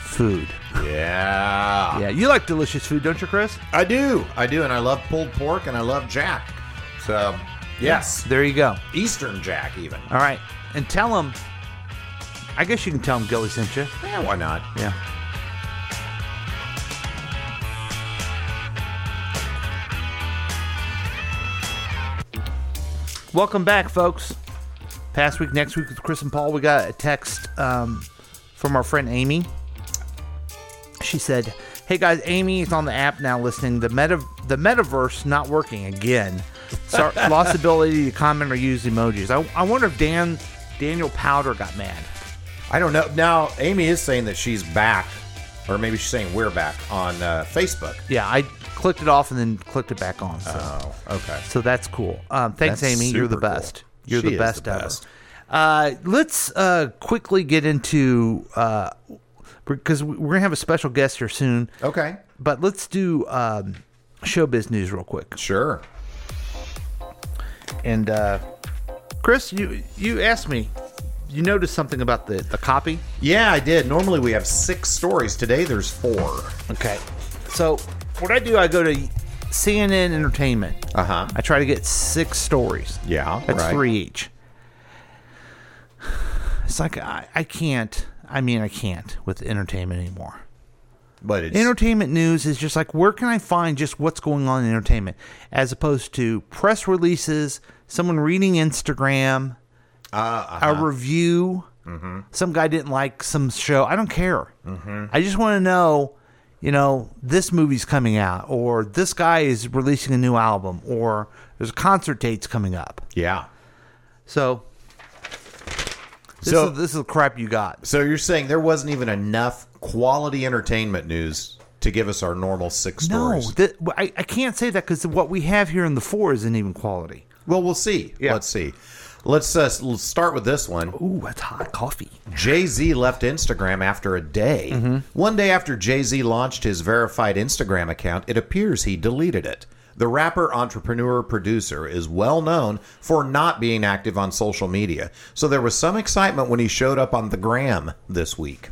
food. Yeah. yeah. You like delicious food, don't you, Chris? I do. I do. And I love pulled pork and I love Jack. So, yes. There you go. Eastern Jack, even. All right. And tell them, I guess you can tell them Gilly sent you. Yeah, why not? Yeah. Welcome back, folks. Past week, next week with Chris and Paul, we got a text um, from our friend Amy she said, "Hey guys, Amy is on the app now listening. The meta the metaverse not working again. So, [LAUGHS] lost ability to comment or use emojis. I, I wonder if Dan Daniel Powder got mad. I don't know. Now Amy is saying that she's back, or maybe she's saying we're back on uh, Facebook. Yeah, I clicked it off and then clicked it back on. So. Oh, okay. So that's cool. Um, thanks, that's Amy. You're the best. Cool. You're the best, the best ever. Uh, let's uh, quickly get into uh, because we're gonna have a special guest here soon. Okay. But let's do um, showbiz news real quick. Sure. And uh, Chris, you you asked me, you noticed something about the the copy? Yeah, I did. Normally we have six stories. Today there's four. Okay. So what I do, I go to CNN Entertainment. Uh huh. I try to get six stories. Yeah, that's right. three each. [SIGHS] It's like I, I can't. I mean, I can't with entertainment anymore. But it's... entertainment news is just like where can I find just what's going on in entertainment, as opposed to press releases, someone reading Instagram, uh, uh-huh. a review, mm-hmm. some guy didn't like some show. I don't care. Mm-hmm. I just want to know you know, this movie's coming out, or this guy is releasing a new album, or there's concert dates coming up. Yeah. So this So- is this is the crap you got. So you're saying there wasn't even enough quality entertainment news to give us our normal six No, stories? that, I, I can't say that because what we have here in the four isn't even quality. Well, we'll see. Let's see. Let's uh, s- let's start with this one. Ooh, that's hot coffee. Jay Z left Instagram after a day. Mm-hmm. One day after Jay Z launched his verified Instagram account, it appears he deleted it. The rapper, entrepreneur, producer is well known for not being active on social media, so there was some excitement when he showed up on the gram this week.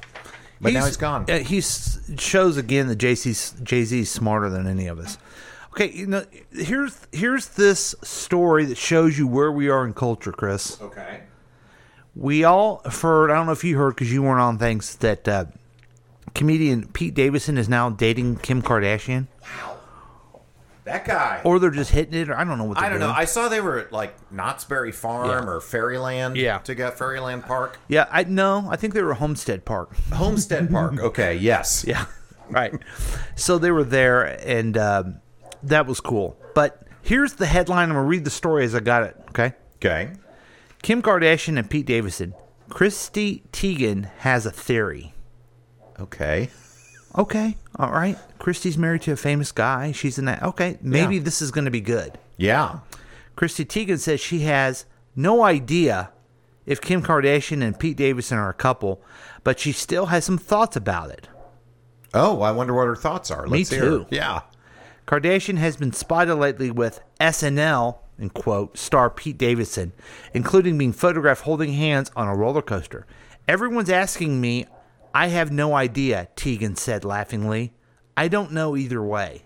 But now he's gone. Uh, he shows again that Jay Z is smarter than any of us. Okay, you know, here's here's this story that shows you where we are in culture, Chris. Okay. We all have heard. I don't know if you heard because you weren't on things that uh, comedian Pete Davidson is now dating Kim Kardashian, That guy. or they're just hitting it, or I don't know what they're I don't know. doing. I saw they were at like Knott's Berry Farm Yeah. or Fairyland. Yeah. To get Fairyland Park. yeah, I no, I think they were Homestead Park. [LAUGHS] Homestead Park. Okay, yes. Yeah, right. so they were there, and um, that was cool. But here's the headline. I'm gonna read the story as I got it. Okay. Okay. Kim Kardashian and Pete Davidson. Christy Teigen has a theory. Okay. Okay, all right. Christy's married to a famous guy. She's in that. Okay, maybe Yeah. this is going to be good. Yeah. Christy Teigen says she has no idea if Kim Kardashian and Pete Davidson are a couple, but she still has some thoughts about it. Oh, I wonder what her thoughts are. Me Let's hear. too. Yeah. Kardashian has been spotted lately with SNL and quote star Pete Davidson, including being photographed holding hands on a roller coaster. Everyone's asking me. I have no idea, Tegan said laughingly. I don't know either way.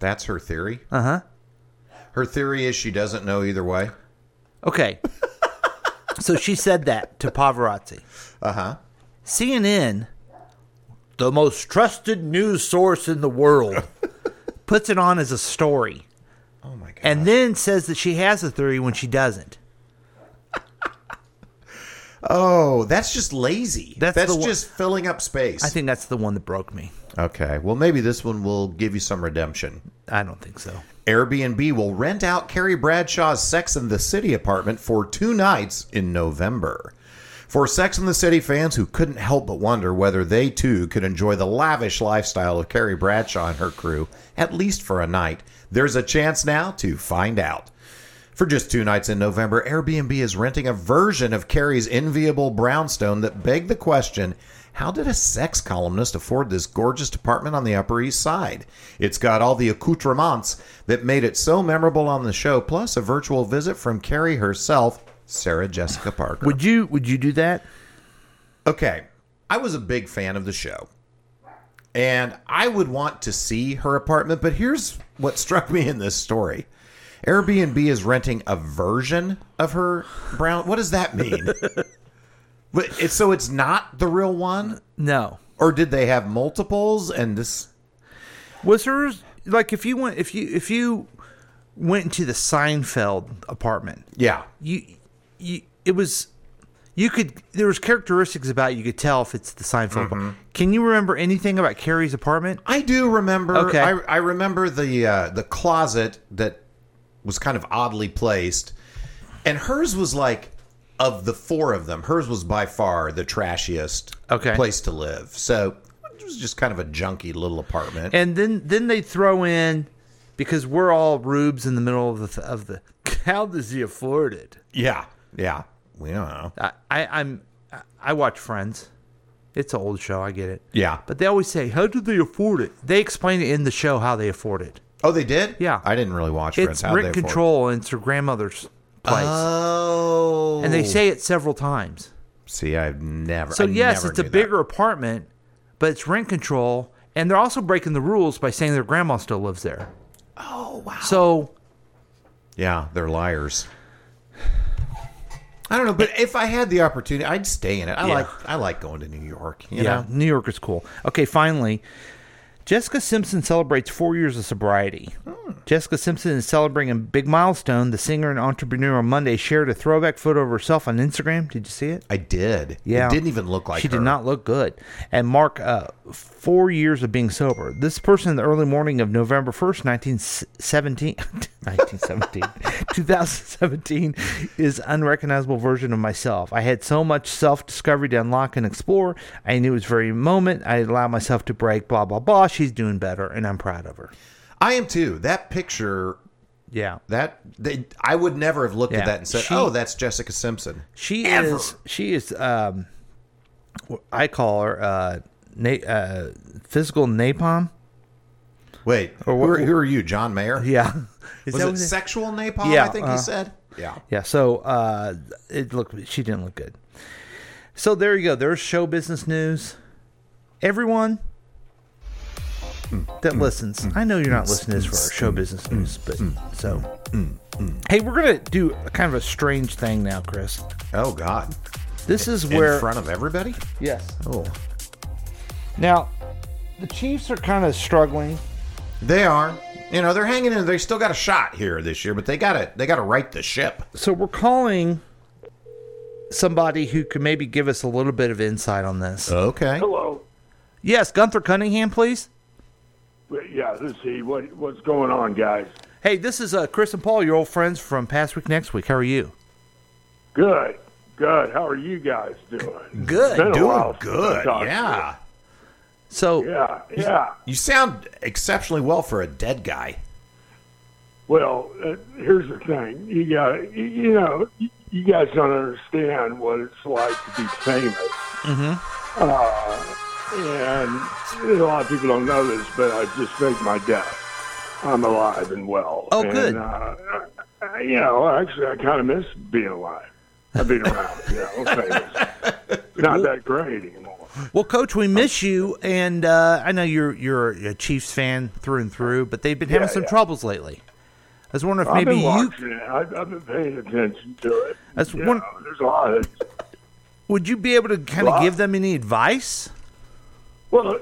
That's her theory. Uh Uh-huh. huh. Her theory is she doesn't know either way. Okay. [LAUGHS] so she said that to paparazzi. Uh huh. CNN, the most trusted news source in the world, puts it on as a story Oh my god. and then says that she has a theory when she doesn't. oh, that's just lazy. That's That's, the one- just filling up space. I think that's the one that broke me. Okay. Well, maybe this one will give you some redemption. I don't think so. Airbnb will rent out Carrie Bradshaw's Sex in the City apartment for two nights in November. For Sex in the City fans who couldn't help but wonder whether they too could enjoy the lavish lifestyle of Carrie Bradshaw and her crew, at least for a night, there's a chance now to find out. For just two nights in November, Airbnb is renting a version of Carrie's enviable brownstone that begged the question how did a sex columnist afford this gorgeous apartment on the Upper East Side? It's got all the accoutrements that made it so memorable on the show, plus a virtual visit from Carrie herself, Sarah Jessica Parker. Would you would you do that? Okay. I was a big fan of the show. And I would want to see her apartment, but here's what struck me in this story. Airbnb is renting a version of her brown. What does that mean? but it's, so it's not the real one, No. or did they have multiples? And this, Was hers like if you went if you if you went into the Seinfeld apartment, yeah, you you it was you could there was characteristics about it you could tell if it's the Seinfeld. apartment. Can you remember anything about Carrie's apartment? I do remember. Okay. I, I remember the uh, the closet that was kind of oddly placed, and hers was like of the four of them, hers was by far the trashiest Okay. place to live. So it was just kind of a junky little apartment. And then then they throw in because we're all rubes in the middle of the th- of the how does he afford it? yeah, yeah, we don't know. I, I I'm I- I watch Friends. It's an old show, I get it. Yeah, But they always say, "How do they afford it?" They explain it in the show how they afford it. oh, they did. Yeah. I didn't really watch Friends. it's How'd they rent afford it? control, and it's her grandmother's place, Oh, and they say it several times. see, I've never. So I yes, never it's a knew that. bigger apartment, but it's rent control, and they're also breaking the rules by saying their grandma still lives there. Oh wow! So Yeah, they're liars. I don't know, but if I had the opportunity, I'd stay in it. I like I like going to New York. You yeah, know? New York is cool. Okay, finally, Jessica Simpson celebrates four years of sobriety. Jessica Simpson is celebrating a big milestone. The singer and entrepreneur on Monday shared a throwback photo of herself on Instagram. Did you see it? I did. Yeah. It didn't even look like she her. did not look good. And mark uh, four years of being sober. This person in the early morning of November 1st, [LAUGHS] 1917, [LAUGHS] 1917 2017 is unrecognizable version of myself. I had so much self-discovery to unlock and explore. I knew it was very moment. I allowed myself to break, blah, blah, blah. She's doing better, and I'm proud of her. I am too. That picture, Yeah. that they, I would never have looked Yeah. at that and said, She- "Oh, that's Jessica Simpson." She is. She is. Um, wh- I call her uh, na- uh, physical napalm. Wait, who, are, who are you, John Mayer? Yeah. Is Was that it what sexual napalm? Yeah, I think uh, he said. Yeah. Yeah. So uh, it looked. She didn't look good. So there you go. There's show business news. Everyone that Mm. listens, Mm. I know you're not listening to this for our show business news, but so. Hey, we're gonna do kind of a strange thing now, Chris. Oh God. This is In where front of everybody. yes. Oh, Now, the Chiefs are kind of struggling. they are. You know, they're hanging in. They still got a shot here this year, but they got to they got to right the ship. so we're calling somebody who can maybe give us a little bit of insight on this. Okay. Hello. yes, Gunther Cunningham, please. Yeah, this is he. What, what's going on, guys? Hey, this is uh, Chris and Paul, your old friends from past week, next week. How are you? Good. Good. How are you guys doing? Good. Been a while Doing since I good. talked to Yeah. So, you. Yeah. Yeah. You sound exceptionally well for a dead guy. Well, uh, here's the thing. You got to you know, you- you guys don't understand what it's like to be famous. Mm-hmm. Uh, and a lot of people don't know this, but I just faked my death. I'm alive and well. Oh, and, good. Uh, I- you know, actually, I kind of miss being alive. I've been around, [LAUGHS] you know, famous. Not that great anymore. well, Coach, we miss you, and uh, I know you're you're a Chiefs fan through and through, but they've been having Yeah, some yeah. troubles lately. I was wondering if I've maybe been you watching it. I've, I've been paying attention to it. That's You one- know, there's a lot of would you be able to kind of Well, I- give them any advice? Well,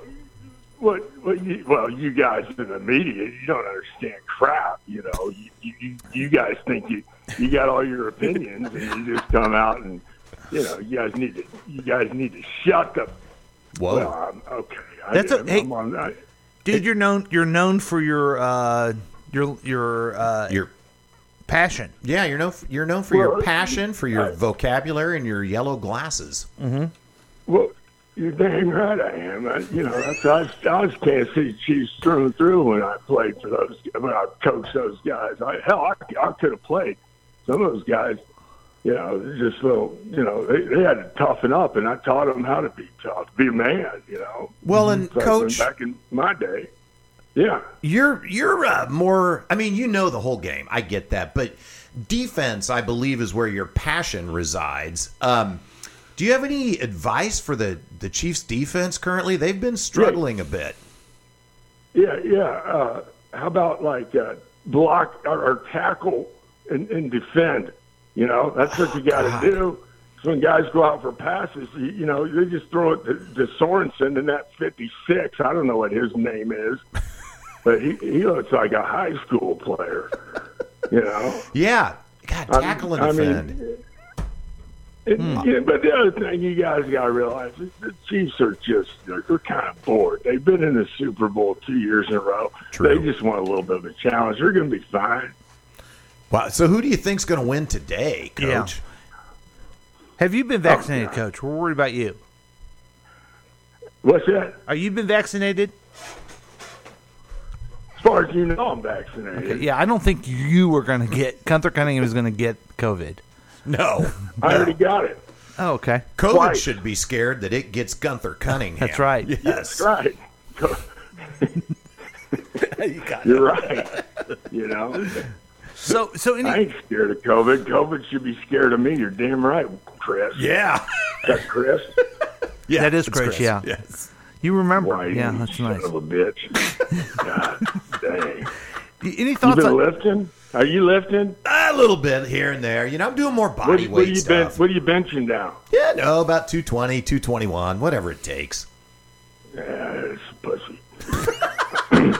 what, what you, well, you guys in the media, you don't understand crap. You know, you, you- you, you guys think you, you got all your opinions, and you just come out and, you know, you guys need to, you guys need to shut the. Whoa. Well, I'm, okay, I, That's a- I'm, hey- I'm on, I, Dude, you're known you're known for your uh, your your uh, You're passion. yeah. You're known you're known for your passion, for your vocabulary, and your yellow glasses. well, you're dang right I am. I, you know, that's, I, was- I was Kansas City Chiefs through and through when I played for those, when I coached those guys. I, hell, I, I could have played. Some of those guys, you know, they're just little, you know, they, they had to toughen up, and I taught them how to be tough, be a man, you know. Mm-hmm. Well, and So, coach, Back in my day. Yeah. you're you're uh, more. I mean, you know the whole game. I get that, but defense, I believe, is where your passion resides. Um, do you have any advice for the the Chiefs' defense currently? They've been struggling a bit. Yeah, yeah. Uh, how about like uh, block or, or tackle and, and defend? You know, that's what you got to do. So when guys go out for passes, you, you know, they just throw it to, to Sorensen and that 56. I don't know what his name is, but he, he looks like a high school player. You know, Yeah, God, tackle and I mean, defend. It- yeah, but the other thing you guys got to realize is the Chiefs are just, they're, they're kind of bored. They've been in the Super Bowl two years in a row. True. They just want a little bit of a challenge. They're going to be fine. wow. So, who do you think's going to win today, Coach? Yeah. Have you Oh, been vaccinated, Coach? We're worried about you. What's that? Are you been vaccinated? As far as you know, I'm vaccinated. Yeah, I don't think you are going to get. Gunther Cunningham is going to get COVID. No, I already got it. Oh, okay. COVID Right. should be scared that it gets Gunther Cunningham. That's right. [LAUGHS] Yes. Right. So- You're right. [LAUGHS] You know, So, so I any, ain't scared of COVID. COVID should be scared of me. You're damn right, Chris. Yeah. That's Chris. yeah. That is it's Chris, yeah. Yes. you remember? Why, yeah, you that's son nice. of a bitch. [LAUGHS] God dang. Y- Any You thoughts been on? lifting? Are you lifting? A little bit here and there. You know, I'm doing more body What, what, weight are you ben- stuff. what are you benching now? Yeah, no, about 220, 221, whatever it takes. Yeah, it's pussy. [COUGHS]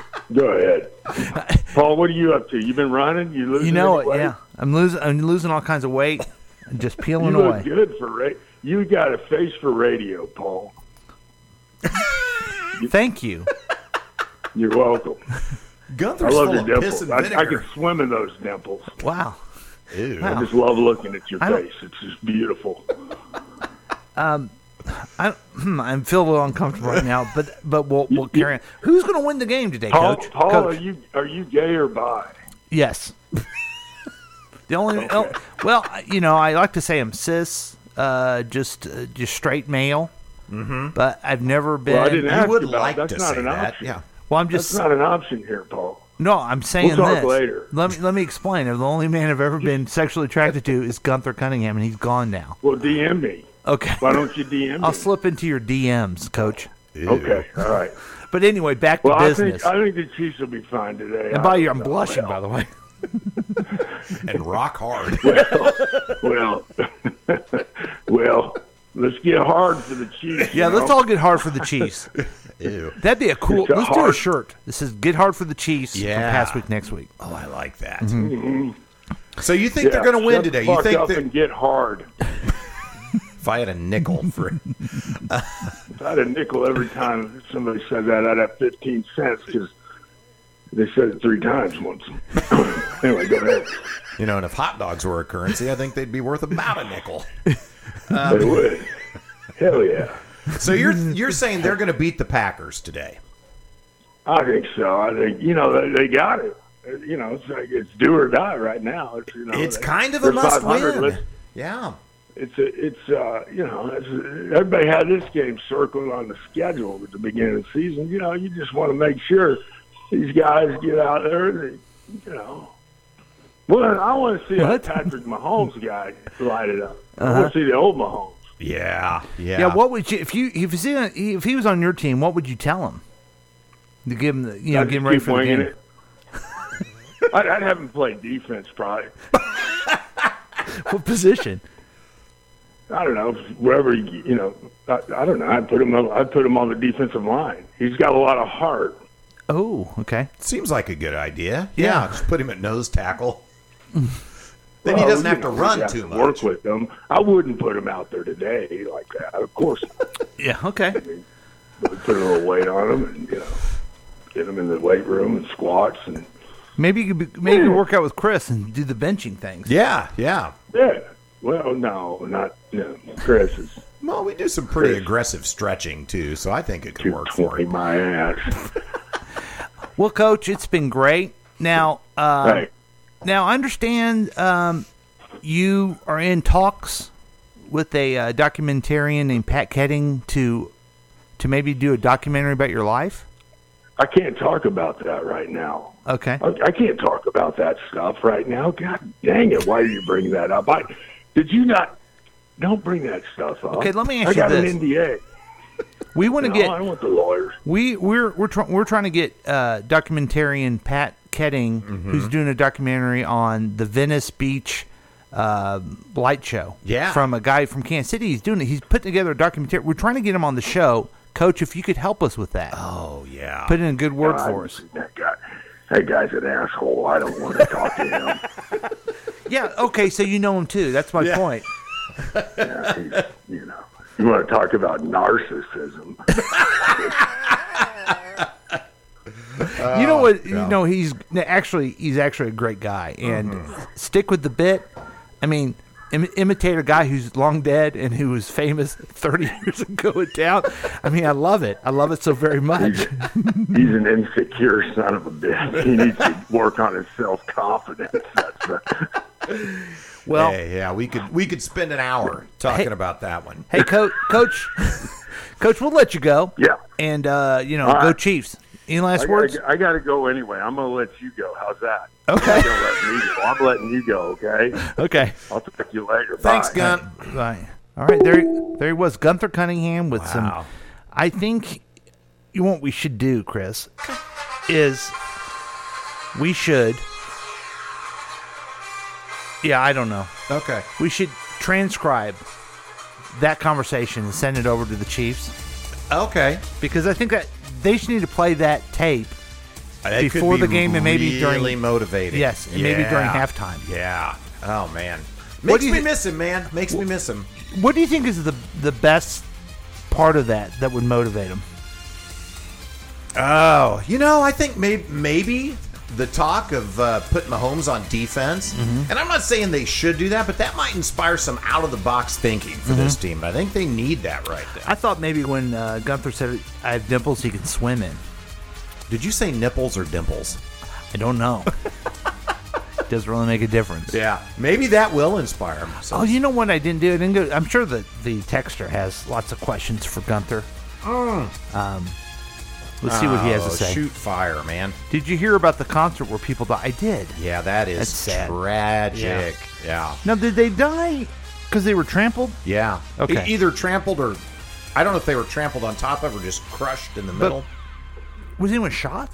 [LAUGHS] Go ahead, Paul. What are you up to? You've been running. You losing? You know any it, weight? yeah. I'm losing. I'm losing all kinds of weight. I'm just peeling You away. look good for ra- You got a face for radio, Paul. Thank you. You're [LAUGHS] welcome. Gunther's I love full your of dimples. piss and I, I vinegar. could swim in those dimples. Wow. I Wow. just love looking at your I don't- face. It's just beautiful. Um, I hmm, I'm feel a little uncomfortable right now, but but we'll we'll carry on. Who's going to win the game today, Paul, Coach? Paul Coach. are you are you gay or bi? Yes. the only el- well, you know, I like to say I'm cis, uh, just uh, just straight male. Mm-hmm. But I've never been. well, I didn't ask you about. it. That's not an option. Well, I'm just That's not an option here, Paul. no. I'm saying talk this. later. Let me let me explain. The only man I've ever [LAUGHS] been sexually attracted to is Gunther Cunningham, and he's gone now. Well, DM me. Okay. Why don't you DM me? I'll slip into your DMs, Coach. Okay, all [LAUGHS] right. But anyway, back Well, to I business. think I think the Chiefs will be fine today. and by you, I'm blushing. By the [LAUGHS] way, and rock hard. well, [LAUGHS] well, let's get hard for the Chiefs. yeah. you Let's know? all get hard for the [LAUGHS] Chiefs. Ew. That'd be a cool. It's a let's do a hard- shirt. This is get hard for the Chiefs. Yeah. Yeah. past week, next week. Oh, I like that. Mhm. So you think they're Yeah, going to win shut today? The You fuck think up that and get hard. if I had a nickel for [LAUGHS] If I had a nickel every time somebody said that, I'd have fifteen cents because they said it three times once. [LAUGHS] anyway, go ahead. you know, and if hot dogs were a currency, I think they'd be worth about a nickel. Um, they would. Hell yeah. [LAUGHS] So you're you're saying they're going to beat the Packers today? I think so. I think you know they, they got it. Uh, You know, it's like it's do or die right now. It's, you know, It's they- kind of a they're must 500. win. Let's- Yeah. It's a, it's uh, you know it's, everybody had this game circled on the schedule at the beginning of the season. You know, you just want to make sure these guys get out there. They, you know, well, I want to see What? Uh-huh. how Patrick Mahomes guy light it up. I want to see the old Mahomes. Yeah. Yeah. Yeah. What would you if you if he's in, if he was on your team? What would you tell him? To give him, the, you know, I'd get him just ready keep for the winging game. it. I'd, I'd have him play defense probably. What position? I don't know wherever he- you know. I, I don't know. I put him. on- I put him on the defensive line. He's got a lot of heart. Oh, okay. Seems like a good idea. Yeah. Yeah. Just put him at nose [LAUGHS] tackle. then he Well, doesn't Oh, you have to know, we run have too to much. Work with them. I wouldn't put them out there today like that. Of course, not. Yeah. Okay. But put a little weight on them, and you know, get them in the weight room and squats and Maybe you could be, maybe you could work out with Chris and do the benching things. Yeah. Yeah. yeah. Well, no, not no. Chris is Well, we do some pretty Chris. aggressive stretching too, so I think it could two work for twenty him. my ass. Well, Coach, it's been great. Now, uh, hey, now I understand um, you are in talks with a uh, documentarian named Pat Ketting to to maybe do a documentary about your life. I can't talk about that right now. Okay. I, I can't talk about that stuff right now. God dang it! Why do you bring that up? I did you not? Don't bring that stuff up. Okay, let me ask I you got this. an NDA. We want to No, I get don't want the lawyers. we we're we're try- we're trying to get uh, documentarian Pat Ketting, Mm-hmm. who's doing a documentary on the Venice Beach uh, light show. Yeah. from a guy from Kansas City. He's doing it. He's put together a documentary. We're trying to get him on the show, Coach. If you could help us with that, Oh yeah. put in a good word for I- us. That guy, that guy's an asshole. I don't want to talk to him. [LAUGHS] Yeah. Okay. So you know him too. That's my point. You know, you want to talk about narcissism? you Oh, know what? You know he's no, actually he's actually a great guy, and Mm-hmm. stick with the bit. I mean, Im- imitate a guy who's long dead and who was famous [LAUGHS] thirty years ago in town. I mean, I love it. I love it so very [LAUGHS] much. He's an insecure son of a bitch. He needs [LAUGHS] to work on his self confidence. That's a, Well, hey, Hey, yeah, we could we could spend an hour talking about that one. coach, coach, [LAUGHS] coach, we'll let you go. Yeah. and uh, you know, All go right. Chiefs. Any last I, words? gotta- I got to go anyway. I'm gonna let you go. How's that? Okay. You're gonna let me go. I'm letting you go. Okay. Okay. I'll talk to you later. Thanks, Bye. Gun. Right. All right. There, there he was, Gunther Cunningham with some. I think you know what we should do, Chris, is we should. Yeah, I don't know. Okay. We should transcribe that conversation and send it over to the Chiefs Okay. because I think that they should need to play that tape That could before be the game and maybe during really motivating. Yes, and maybe during Yeah. halftime. Yeah. Oh man, What makes do you me thi- miss him, man. Makes me miss him. What do you think is the the best part of that that would motivate him? Oh, you know, I think maybe maybe the talk of uh, putting Mahomes on defense, and I'm not saying they should do that, but that might inspire some out of the box thinking for this Mhm. team. I think they need that right there. I thought maybe when uh, Gunther said, "I have dimples, he can swim in." Did you say nipples or dimples? I don't [LAUGHS] know. Doesn't really make a difference. Yeah, maybe that will inspire him. Oh, you know what I didn't do? I didn't go. I'm sure that the texter has lots of questions for Gunther. Um, let's see what he has to Hmm. Oh, say. Shoot fire, man. Did you hear about the concert where people died? I did. Yeah, that is That's sad. tragic. Yeah. Now, did they die because they were trampled? Yeah. Okay. E- either trampled or I don't know if they were trampled on top of or just crushed in the But- middle. Was anyone shot?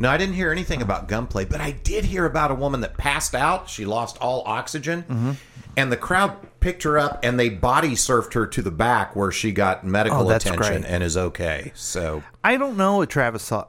No, I didn't hear anything about gunplay, but I did hear about a woman that passed out. She lost all oxygen, and the crowd picked her up and they body surfed her to the back where she got medical Oh, that's attention great. and is okay. So, I don't know a Travis So-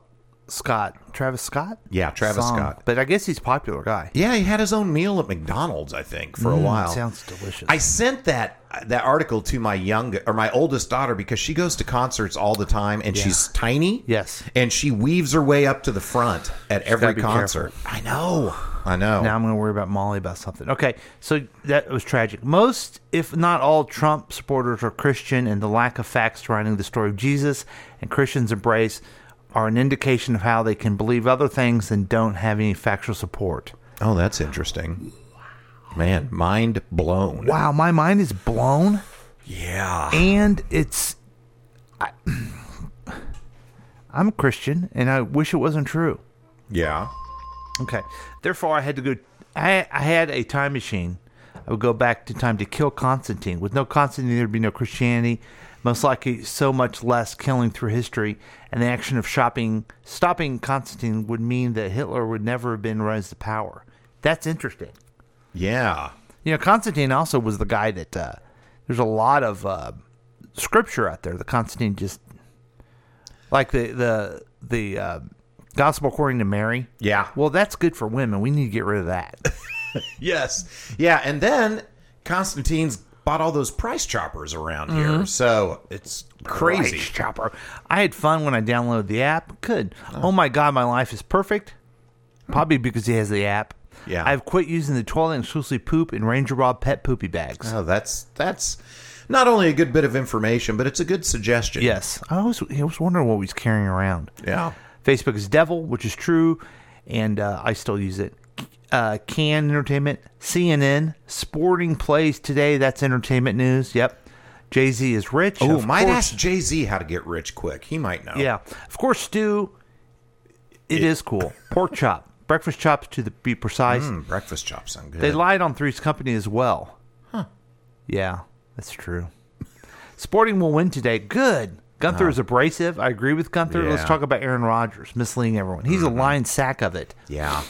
Scott. Travis Scott? yeah, Travis Song, Scott. But I guess he's a popular guy. Yeah, he had his own meal at McDonald's, I think, for a Mm, while. Sounds delicious. I sent that that article to my young or my oldest daughter because she goes to concerts all the time and Yeah. she's tiny. Yes. And she weaves her way up to the front at gotta every be concert. I know. I know. Now I'm going to worry about Molly about something. Okay, so that was tragic. Most, if not all, Trump supporters are Christian, and the lack of facts surrounding the story of Jesus and Christians' embrace are an indication of how they can believe other things and don't have any factual support. Oh, that's interesting. Man, mind blown. Wow, my mind is blown, Yeah. and it's. I, [CLEARS THROAT] I'm a Christian, and I wish it wasn't true. Yeah. Okay. Therefore, I had to go. I, I had a time machine. I would go back to time to kill Constantine. With no Constantine, there'd be no Christianity. Most likely, so much less killing through history. And the action of shopping, stopping Constantine would mean that Hitler would never have been raised to power. That's interesting. Yeah. You know, Constantine also was the guy that uh, there's a lot of uh, scripture out there that Constantine just like the the the uh, gospel according to Mary. Yeah. Well, that's good for women. We need to get rid of that. Yes. Yeah, and then Constantine's bought all those price choppers around Mm-hmm. here. So, it's [LAUGHS] crazy. Price chopper. I had fun when I downloaded the app. Good. Oh my god, my life is perfect. Probably because he has the app. Yeah. I've quit using the toilet and exclusively poop in Ranger Rob pet poopy bags. Oh, that's that's not only a good bit of information, but it's a good suggestion. yes. I always I was wondering what he's carrying around. Yeah. Facebook is devil, which is true, and uh, I still use it. Uh, Can Entertainment, CNN, Sporting Plays Today. That's entertainment news. Yep. Jay Z is rich. Oh, Of might course- ask Jay Z how to get rich quick. He might know. Yeah. Of course, Stu, it is cool. Pork chop, breakfast chops to the, be precise. Mm, breakfast chops sound good. They lied on Three's Company as well. Huh. Yeah, that's true. Sporting will win today. Good. Gunther is abrasive. I agree with Gunther. Let's Uh-huh. Yeah. Mm-hmm. talk about Aaron Rodgers misleading everyone. He's a lying sack of it. Yeah.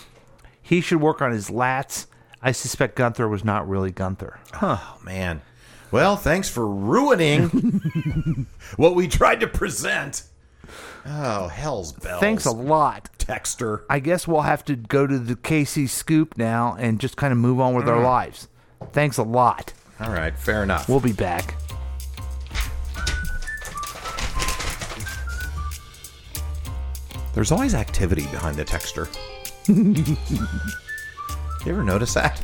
He should work on his lats. I suspect Gunther was not really Gunther. Oh man. Well, thanks for ruining [LAUGHS] what we tried to present. Oh, hell's bells. Thanks a lot. Texter. I guess we'll have to go to the KC scoop now and just kind of move on with Mm. our lives. Thanks a lot. All right, fair enough. We'll be back. There's always activity behind [LAUGHS] the texter. you ever notice that?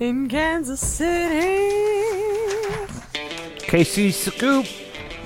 In Kansas City. KC Scoop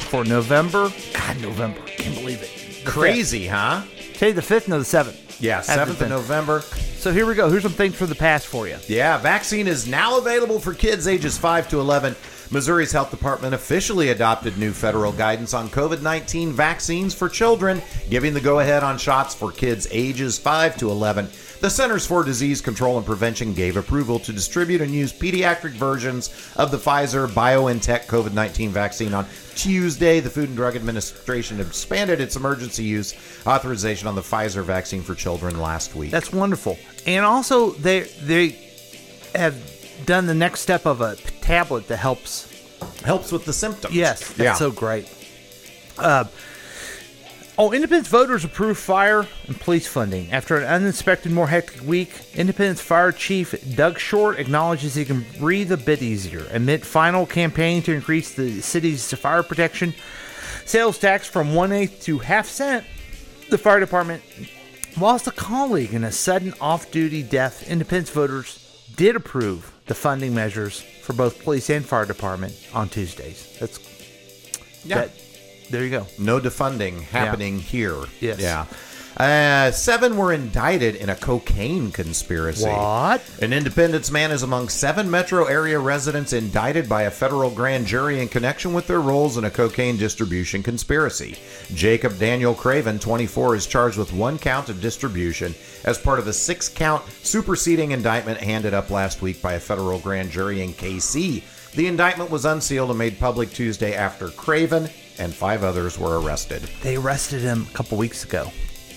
for November. God, November. Can't believe it. The Crazy, huh? fifth. Today, the 5th, no, the 7th. Yeah, After 7th of the- November. So here we go. Here's some things for the past for you. Yeah, vaccine is now available for kids ages 5 to 11. Missouri's Health Department officially adopted new federal guidance on COVID 19 vaccines for children, giving the go ahead on shots for kids ages 5 to 11. The Centers for Disease Control and Prevention gave approval to distribute and use pediatric versions of the Pfizer BioNTech COVID 19 vaccine on Tuesday. The Food and Drug Administration expanded its emergency use authorization on the Pfizer vaccine for children last week. That's wonderful. And also, they they have done the next step of a p- tablet that helps helps with the symptoms. Yes, that's Yeah. so great. Uh, oh, Independence voters approve fire and police funding after an uninspected, more hectic week. Independence Fire Chief Doug Short acknowledges he can breathe a bit easier amid final campaign to increase the city's fire protection sales tax from one eighth to half cent. The fire department lost a colleague in a sudden off-duty death. Independence voters did approve the funding measures for both police and fire department on Tuesdays. That's Yeah. that- there you go. No defunding happening here. Yes. Yeah. Uh, seven were indicted in a cocaine conspiracy. What? An Independence man is among seven metro area residents indicted by a federal grand jury in connection with their roles in a cocaine distribution conspiracy. Jacob Daniel Craven, 24, is charged with one count of distribution as part of a six count superseding indictment handed up last week by a federal grand jury in KC. The indictment was unsealed and made public Tuesday after Craven and five others were arrested. They arrested him a couple weeks ago.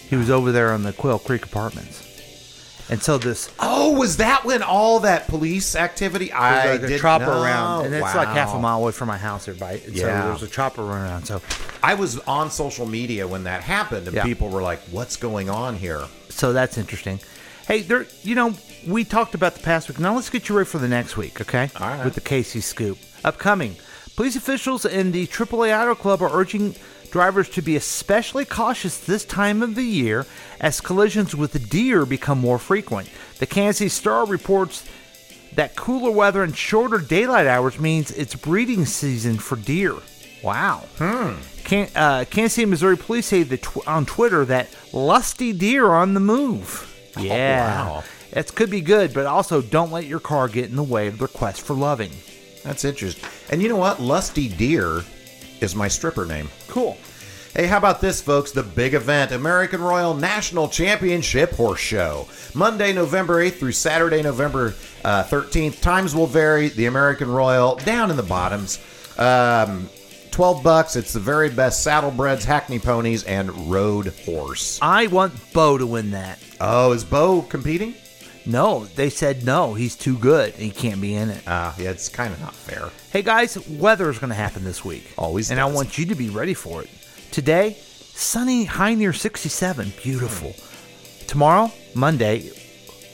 He was over there on the Quail Creek Apartments, and so this Oh, was that when all that police activity? I there's like a did chopper know. around, and it's like half a Wow. mile away from my house. Everybody, and Yeah. so there's a chopper running around. So, I was on social media when that happened, and Yeah. people were like, "What's going on here?" so that's interesting. Hey, there. You know, we talked about the past week. Now let's get you ready for the next week, okay? All right. With the Casey scoop upcoming, police officials in the AAA Auto Club are urging drivers to be especially cautious this time of the year as collisions with deer become more frequent. The Kansas City Star reports that cooler weather and shorter daylight hours means it's breeding season for deer. Wow. Hmm. Can, uh, Kansas City, Missouri police say that tw- on Twitter that lusty deer are on the move. Yeah. Oh, wow. That could be good, but also don't let your car get in the way of their quest for loving. That's interesting. And you know what? Lusty Deer is my stripper name. Cool. Hey, how about this, folks? The big event American Royal National Championship Horse Show. Monday, November 8th through Saturday, November uh, 13th. Times will vary. The American Royal down in the bottoms. Um, 12 bucks. It's the very best saddlebreds, hackney ponies, and road horse. I want Bo to win that. Oh, is Bo competing? No, they said no. He's too good. He can't be in it. Uh, yeah, it's kind of not fair. Hey guys, weather is going to happen this week. Always And I does. want you to be ready for it. Today, sunny, high near 67. Beautiful. Tomorrow, Monday.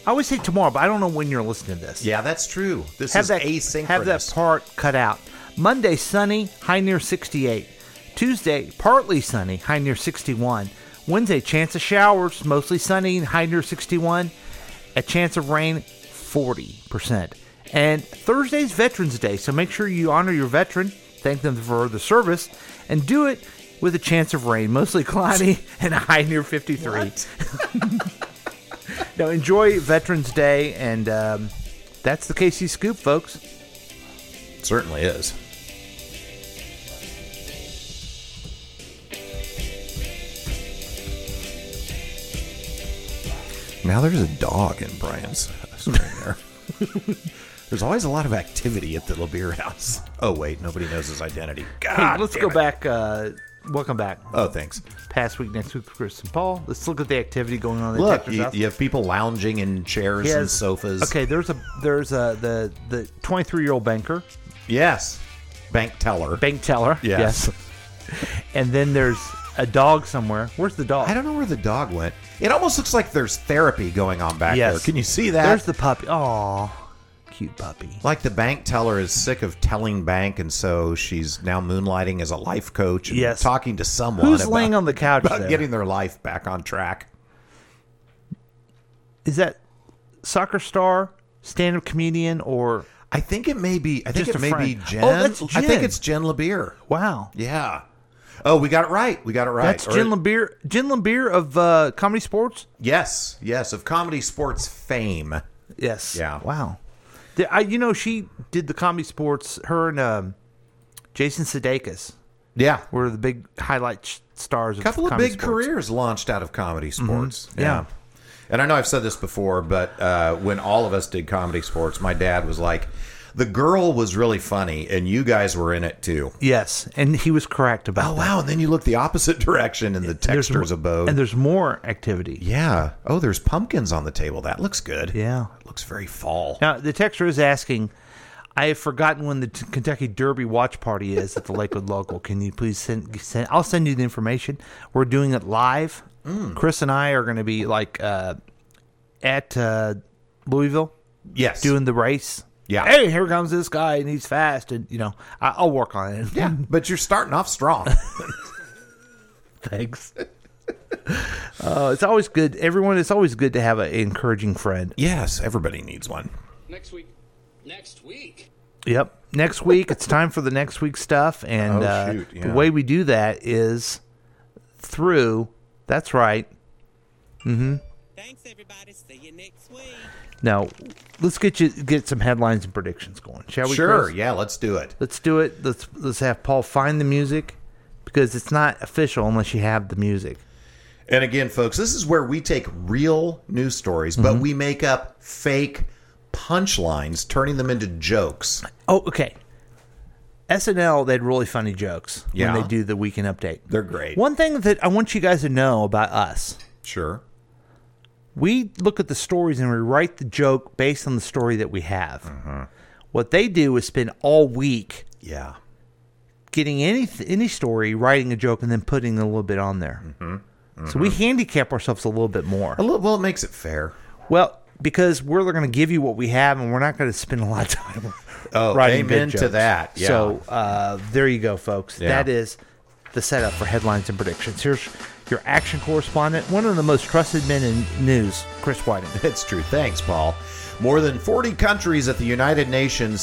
I always say tomorrow, but I don't know when you're listening to this. Yeah, that's true. This have is that, asynchronous. Have that part cut out. Monday, sunny, high near 68. Tuesday, partly sunny, high near 61. Wednesday, chance of showers, mostly sunny, high near 61. A chance of rain, 40%. And Thursday's Veterans Day, so make sure you honor your veteran, thank them for the service, and do it with a chance of rain, mostly [LAUGHS] cloudy and a high near 53. now, enjoy Veterans Day, and um, that's the KC Scoop, folks. certainly is. Now there's a dog in Brian's house right there. [LAUGHS] there's always a lot of activity at the LeBeer house. Oh wait, nobody knows his identity. God, hey, let's damn go it. back. Uh, welcome back. Oh, thanks. Past week, next week for Chris and Paul. Let's look at the activity going on. in the Look, Texas you, house. you have people lounging in chairs He and has- sofas. Okay, there's a there's a the the 23 year old banker, Yes. Bank teller. bank teller. Yes. and then there's a dog somewhere. Where's the dog? I don't know where the dog went. It almost looks like there's therapy going on back Yes. there. Can you see that? There's the puppy. Oh, cute puppy. like the bank teller is sick of telling bank, and so she's now moonlighting as a life coach and Yes. talking to someone. Who's about, laying on the couch? about there? getting their life back on track. Is that soccer star, stand up comedian, or I think it may be. I think Just it a may be friend. Jen. Oh, that's I think Jen. it's Jen LeBeer. wow? Yeah. Oh, we got it right. We got it right. That's Or- Jin Lambeer. Jin Lambeer of uh, comedy sports. Yes, yes, of comedy sports fame. Yes. Yeah. Wow. The, I, you know, she did the comedy sports. Her and um, Jason Sudeikis. Yeah, were the big highlight sh- stars. A couple of, of comedy big sports. careers launched out of comedy sports. Yeah. And I know I've said this before, but uh, when all of us did comedy sports, my dad was like, the girl was really funny, and you guys were in it too. Yes, and he was correct about. Oh, wow. And then you look the opposite [LAUGHS] direction in the There's texture's mo- abode. and there's more activity. yeah. Oh, there's pumpkins on the table. That looks good. Yeah. It looks very fall. Now the texter is asking, I have forgotten when the t- Kentucky Derby watch party is at [LAUGHS] the Lakewood local. Can you please send, send? I'll send you the information. We're doing it live. Mm. Chris and I are going to be like uh, at uh, Louisville. Yes. doing the race. Yeah. Hey, here comes this guy, and he's fast, and you know I, I'll work on it. Yeah. But you're starting off [LAUGHS] strong. [LAUGHS] Thanks. Uh, it's always good. Everyone, it's always good to have an encouraging friend. yes. Everybody needs one. Next week. Next week. Yep. Next week, it's time for the next week stuff. And Oh, uh, shoot, yeah. the way we do that is through, that's right. Mm-hmm. Thanks, everybody. See you next week. Now, let's get you get some headlines and predictions going, shall we? Sure, Chris? yeah, let's do it. Let's do it. Let's let's have Paul find the music because it's not official unless you have the music. And again, folks, this is where we take real news stories, but we make up fake punchlines, turning them into jokes. Oh, okay. SNL, they had really funny jokes Yeah. when they do the weekend update. They're great. One thing that I want you guys to know about us. Sure. We look at the stories and we write the joke based on the story that we have. Mm-hmm. What they do is spend all week Yeah. getting any any story, writing a joke, and then putting a little bit on there. Mm-hmm. So we handicap ourselves a little bit more. A little, well, it makes it fair. Well, because we're going to give you what we have, and we're not going to spend a lot of time. [LAUGHS] Oh, writing good amen to jokes. that. Yeah. So uh, there you go, folks. Yeah. That is the setup for headlines and predictions. Here's your action correspondent, one of the most trusted men in news, Chris Whiting. It's true. Thanks, Paul. More than 40 countries at the United Nations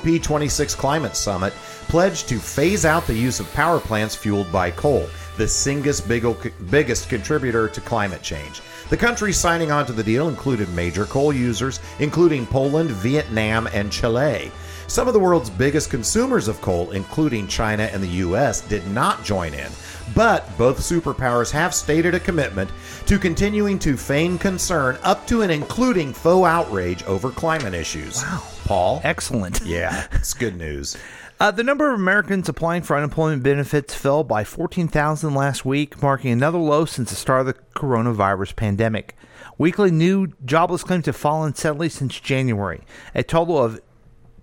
COP26 Climate Summit pledged to phase out the use of power plants fueled by coal, the single big- biggest contributor to climate change. The countries signing on to the deal included major coal users, including Poland, Vietnam, and Chile. Some of the world's biggest consumers of coal, including China and the U.S., did not join in, but both superpowers have stated a commitment to continuing to feign concern up to and including faux outrage over climate issues. Wow. Paul? Excellent. Yeah, it's good news. Uh, the number of Americans applying for unemployment benefits fell by 14,000 last week, marking another low since the start of the coronavirus pandemic. Weekly new jobless claims have fallen steadily since January. A total of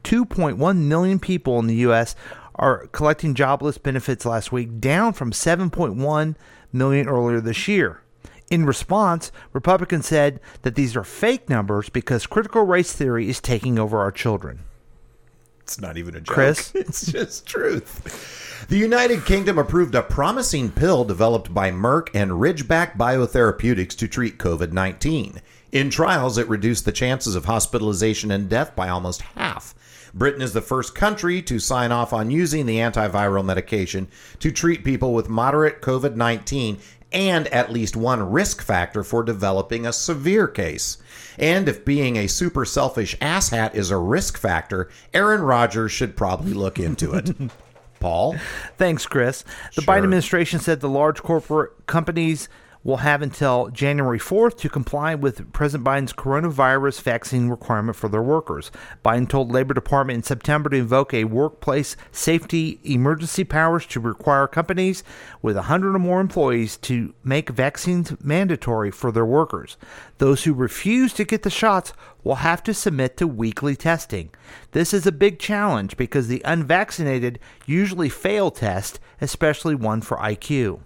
2.1 million people in the U.S. are collecting jobless benefits last week, down from 7.1 million earlier this year. In response, Republicans said that these are fake numbers because critical race theory is taking over our children. It's not even a joke. Chris? [LAUGHS] It's just truth. The United Kingdom approved a promising pill developed by Merck and Ridgeback Biotherapeutics to treat COVID 19. In trials, it reduced the chances of hospitalization and death by almost half. Britain is the first country to sign off on using the antiviral medication to treat people with moderate COVID 19 and at least one risk factor for developing a severe case. And if being a super selfish asshat is a risk factor, Aaron Rodgers should probably look into it. Paul? Thanks, Chris. The Biden administration said the large corporate companies will have until January 4th to comply with President Biden's coronavirus vaccine requirement for their workers. Biden told Labor Department in September to invoke a workplace safety emergency powers to require companies with 100 or more employees to make vaccines mandatory for their workers. Those who refuse to get the shots will have to submit to weekly testing. This is a big challenge because the unvaccinated usually fail test, especially one for IQ.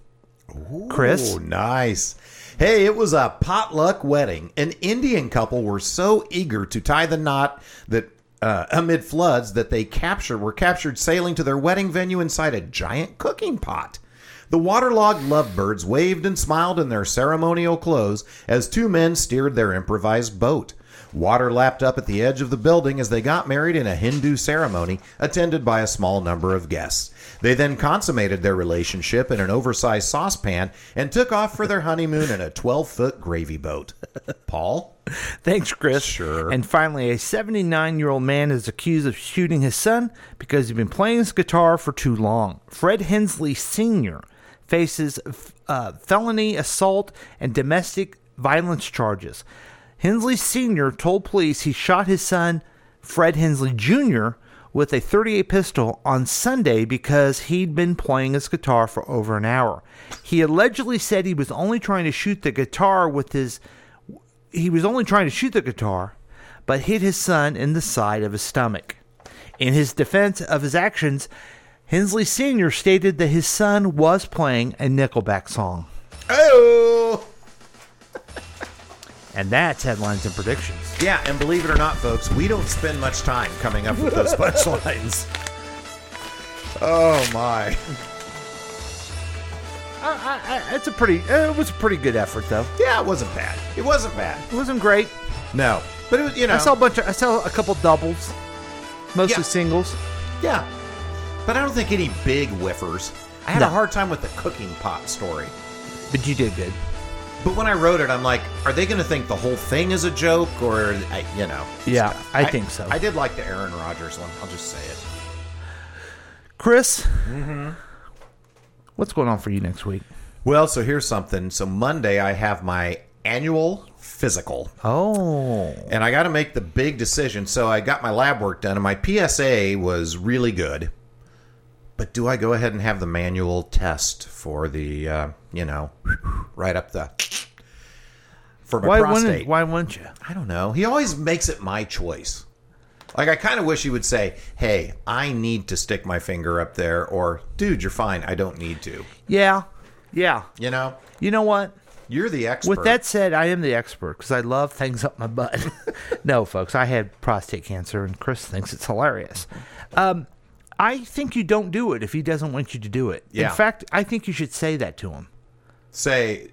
Chris? Oh, nice. Hey, it was a potluck wedding. An Indian couple were so eager to tie the knot that uh, amid floods that they captured were captured sailing to their wedding venue inside a giant cooking pot. The waterlogged lovebirds waved and smiled in their ceremonial clothes as two men steered their improvised boat. Water lapped up at the edge of the building as they got married in a Hindu ceremony attended by a small number of guests. They then consummated their relationship in an oversized saucepan and took off for their honeymoon in a 12 foot gravy boat. [LAUGHS] Paul? [LAUGHS] Thanks, Chris. Sure. And finally, a 79 year old man is accused of shooting his son because he'd been playing his guitar for too long. Fred Hensley Sr. faces uh, felony assault and domestic violence charges. Hensley Sr. told police he shot his son, Fred Hensley Jr., with a 38 pistol on Sunday because he'd been playing his guitar for over an hour. He allegedly said he was only trying to shoot the guitar with his he was only trying to shoot the guitar, but hit his son in the side of his stomach. In his defense of his actions, Hensley Sr. stated that his son was playing a Nickelback song. Oh! And that's headlines and predictions. Yeah, and believe it or not, folks, we don't spend much time coming up [LAUGHS] with those punchlines. Oh, my. I, I, I, it's a pretty. uh, It was a pretty good effort, though. Yeah, it wasn't bad. It wasn't bad. It wasn't great. No, but it was. You know, I saw a bunch. Of, I saw a couple doubles, mostly Yeah. singles. Yeah, but I don't think any big whiffers. I had a hard time with the cooking pot story. But you did good. But when I wrote it, I'm like, are they going to think the whole thing is a joke, or I, you know? Yeah, I think so. I did like the Aaron Rodgers one. I'll just say it. Chris, Mm-hmm. what's going on for you next week? Well, so here's something. So Monday, I have my annual physical. Oh, and I got to make the big decision. So I got my lab work done, and my PSA was really good. But do I go ahead and have the manual test for the, uh, you know, [SNIFFS] right up the for my why prostate? wouldn't Why wouldn't you? I don't know. He always makes it my choice. Like I kind of wish he would say, "Hey, I need to stick my finger up there," or "Dude, you're fine. I don't need to." Yeah, yeah. You know, You know what? you're the expert. With that said, I am the expert because I love things up my butt. [LAUGHS] no, folks, I had prostate cancer, and Chris thinks it's hilarious. Um, I think you don't do it if he doesn't want you to do it. Yeah. In fact, I think you should say that to him. say,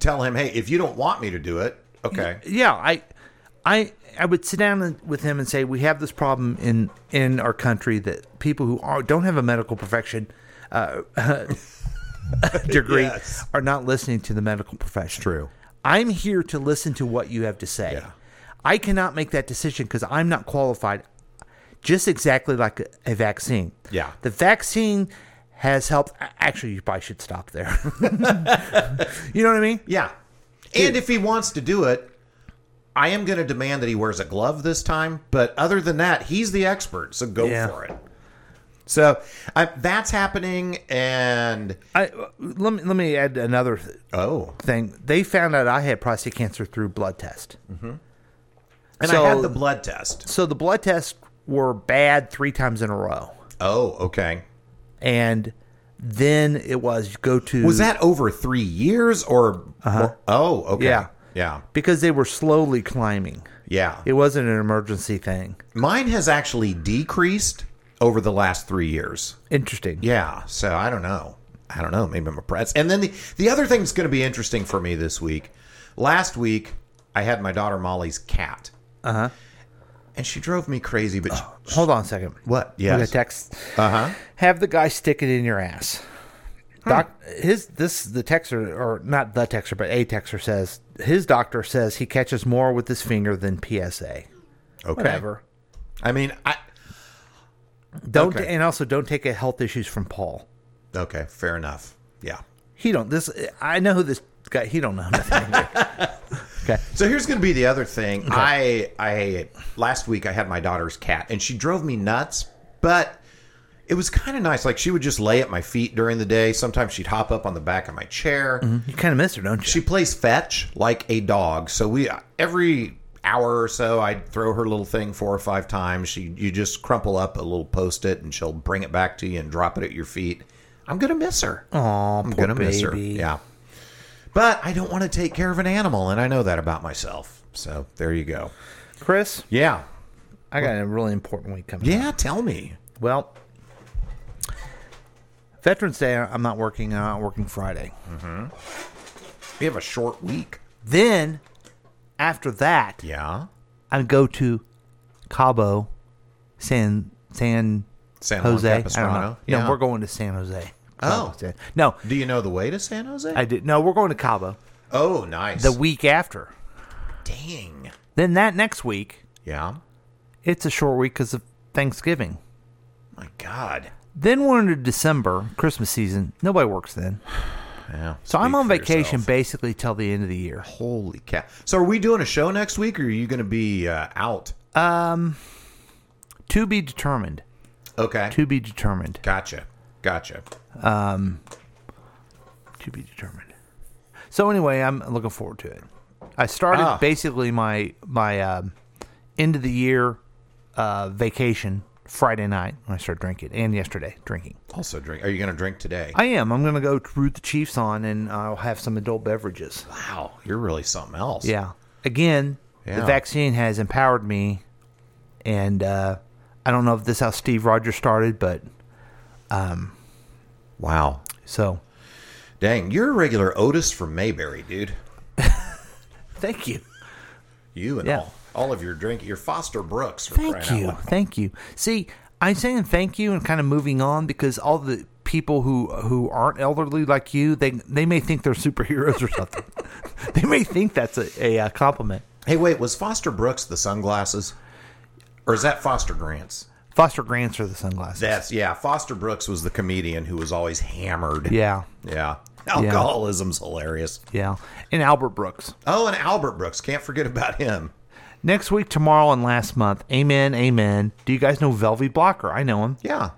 tell him, "Hey, if you don't want me to do it, okay." yeah i i i would sit down and- with him and say we have this problem in in our country that people who are, don't have a medical profession uh, [LAUGHS] degree Yes. are not listening to the medical profession True. i'm here to listen to what you have to say i cannot make that decision because i'm not qualified just exactly like a, a vaccine Yeah. the vaccine has helped actually you probably should stop there [LAUGHS] you know what i mean Yeah. And if he wants to do it, I am going to demand that he wears a glove this time. But other than that, he's the expert, so go Yeah. for it. So I, that's happening, and I let me let me add another th- oh, thing. They found out I had prostate cancer through blood test. and So- I had the blood test. So the blood tests were bad three times in a row, Oh, okay. and then it was go to Was that over three years or? Oh, okay. Yeah. yeah, because they were slowly climbing. yeah. It wasn't an emergency thing. Mine has actually decreased over the last three years. Interesting. Yeah, so I don't know. I don't know. Maybe I'm impressed. And then the, the other thing that's going to be interesting for me this week. Last week, I had my daughter Molly's cat. Uh Uh-huh. Oh, And she drove me crazy, but she- Hold on a second. what? Yeah. Yes. text. Uh huh. Have the guy stick it in your ass. Doc, his this the texter or not the texter but a texter says his doctor says he catches more with his finger than PSA. Okay. Whatever. I mean, I. Don't Okay. and also don't take a health issues from Paul. Okay, fair enough. Yeah. He don't this. I know who this guy. He don't know [LAUGHS] nothing. okay. So here's going to be the other thing. I I last week I had my daughter's cat and she drove me nuts, but it was kind of nice. Like she would just lay at my feet during the day. Sometimes she'd hop up on the back of my chair. You kind of miss her, don't you? She plays fetch like a dog. So we every hour or so, I'd throw her little thing four or five times. She you just crumple up a little post it, and she'll bring it back to you and drop it at your feet. I'm gonna miss her. Aw, I'm poor gonna miss her. baby. Yeah, but I don't want to take care of an animal, and I know that about myself. So there you go. Chris, Yeah, I got a really important week coming. up. yeah. Tell me. Well, Veterans Day, I'm not working. I'm not working Friday. We have a short week. Then, after that, Yeah. I go to Cabo, San San, San Juan Jose. I don't Capistrano, know. yeah. No, we're going to San Jose. Oh. San- no. Do you know the way to San Jose? I did. No, we're going to Cabo. Oh, nice. The week after. Dang. Then that next week. Yeah. It's a short week because of Thanksgiving. My God. Then we're into December, Christmas season. Nobody works then. [SIGHS] Yeah. So I'm Speak on for vacation yourself. basically till the end of the year. Holy cow! So are we doing a show next week, or are you going to be uh, out? Um, to be determined. Okay. To be determined. Gotcha. Gotcha. Um, to be determined. So anyway, I'm looking forward to it. I started Ah. basically my my um, end of the year uh, vacation Friday night when I started drinking, and yesterday drinking. Also drink. Are you going to drink today? I am. I'm going to go root the Chiefs on, and I'll have some adult beverages. Wow, you're really something else. Yeah. Again, Yeah. the vaccine has empowered me, and uh, I don't know if this is how Steve Rogers started, but um, Wow. So. Dang, you're a regular Otis from Mayberry, dude. Thank you. You and Yeah. all, all of your drink. Your Foster Brooks. For Thank crying you. Out loud. Thank you. See, I'm saying thank you and kind of moving on because all the people who who aren't elderly like you, they they may think they're superheroes or something. [LAUGHS] they may think that's a, a, uh compliment. Hey, wait, was Foster Brooks the sunglasses, or is that Foster Grant's? Foster Grants are the sunglasses. That's yeah. Foster Brooks was the comedian who was always hammered. Yeah. Yeah. Alcoholism's hilarious. Yeah. And Albert Brooks. Oh, and Albert Brooks. Can't forget about him. Next week, tomorrow, and last month. Amen, amen. Do you guys know Velvy Blocker? I know him. Yeah.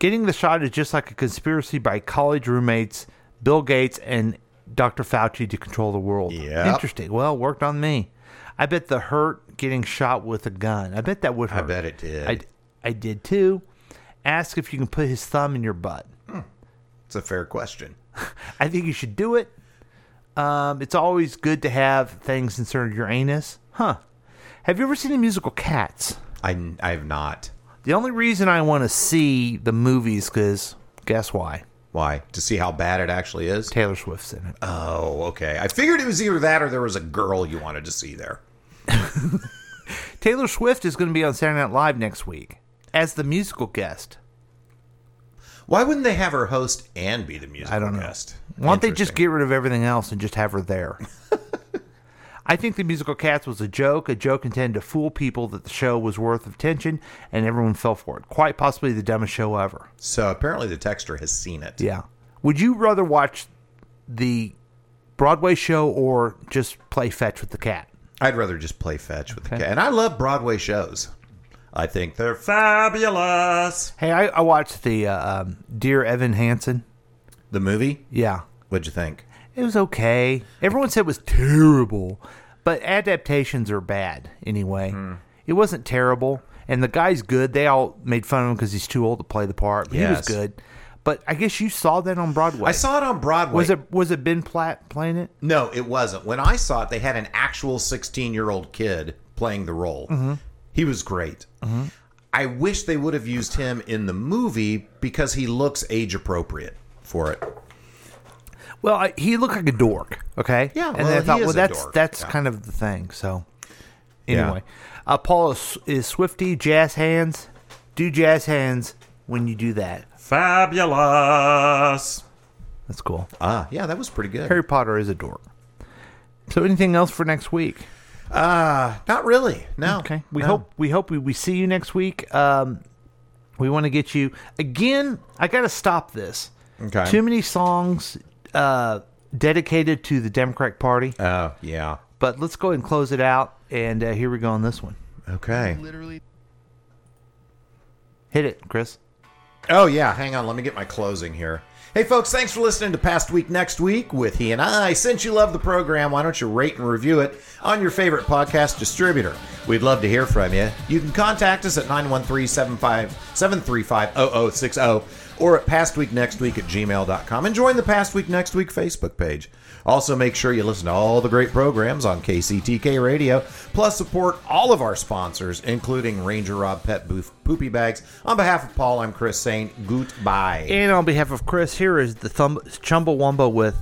Getting the shot is just like a conspiracy by college roommates, Bill Gates, and Dr. Fauci to control the world. Yep. Interesting. Well, worked on me. I bet the hurt getting shot with a gun. I bet that would I hurt. bet it did. I, I did too. Ask if you can put his thumb in your butt. it's a fair question. I think you should do it. Um, it's always good to have things inserted in your anus. Huh. Have you ever seen the musical Cats? I I have not. The only reason I want to see the movies because guess why? Why? To see how bad it actually is. Taylor Swift's in it. Oh, okay. I figured it was either that or there was a girl you wanted to see there. Taylor Swift is going to be on Saturday Night Live next week as the musical guest. Why wouldn't they have her host and be the musical I don't know. guest? Why don't they just get rid of everything else and just have her [LAUGHS] there? I think the musical Cats was a joke, a joke intended to fool people that the show was worth of attention, and everyone fell for it. Quite possibly the dumbest show ever. So apparently the texter has seen it. Yeah. Would you rather watch the Broadway show or just play fetch with the cat? I'd rather just play fetch with the cat. And I love Broadway shows. I think they're fabulous. Hey, I, I watched the uh, um, Dear Evan Hansen. The movie? Yeah, What'd you think? it was okay. Everyone said it was terrible, but adaptations are bad anyway. It wasn't terrible, and the guy's good. They all made fun of him because he's too old to play the part. but He was Yes. good, but I guess you saw that on Broadway. I saw it on Broadway. Was it was it Ben Platt playing it? No, it wasn't. When I saw it, they had an actual 16 year old kid playing the role. Mm-hmm. He was great. I wish they would have used him in the movie because he looks age appropriate for it. Well, I, he looked like a dork. Okay. Yeah, And well, I he thought, is well, a that's dork, that's yeah. kind of the thing. So, Yeah. anyway, uh, Paul is, is Swifty jazz hands. Do jazz hands when you do that. Fabulous. That's cool. Ah, yeah, that was pretty good. Harry Potter is a dork. So, anything else for next week? Uh, not really. No. Okay. We No. hope we hope we, we see you next week. Um, we want to get you again. I got to stop this. Okay. Too many songs uh, dedicated to the Democratic Party. Oh, yeah. But let's go ahead and close it out. And uh, here we go on this one. Okay. Hit it, Chris. Oh, yeah. Hang on. Let me get my closing here. Hey, folks, thanks for listening to Past Week Next Week with He and I. Since you love the program, why don't you rate and review it on your favorite podcast distributor? We'd love to hear from you. You can contact us at 913 735 0060 or at pastweeknextweek at gmail.com and join the Past Week Next Week Facebook page. Also, make sure you listen to all the great programs on KCTK Radio, plus support all of our sponsors, including Ranger Rob Pet Boof Poopy Bags. On behalf of Paul, I'm Chris saying goodbye. And on behalf of Chris, here is the thumb Chumbawamba with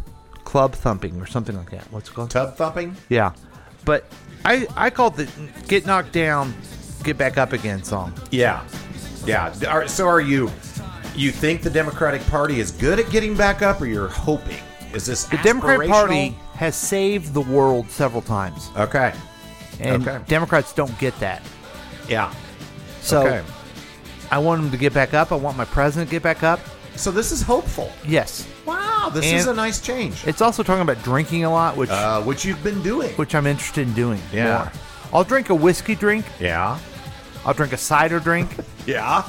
club thumping or something like that. What's it called? Tub thumping? yeah. But I I called the get knocked down, get back up again song. Yeah, yeah. Are- So are you? You think the Democratic Party is good at getting back up, or you're hoping? Is this The Democrat aspirational? Party has saved the world several times. Okay. And Okay. Democrats don't get that. Yeah. So Okay. I want them to get back up. I want my president to get back up. So this is hopeful. Yes. Wow, this And- is a nice change. It's also talking about drinking a lot, which Uh, which you've been doing. which I'm interested in doing. Yeah. more. I'll drink a whiskey drink. Yeah. I'll drink a cider drink. Yeah.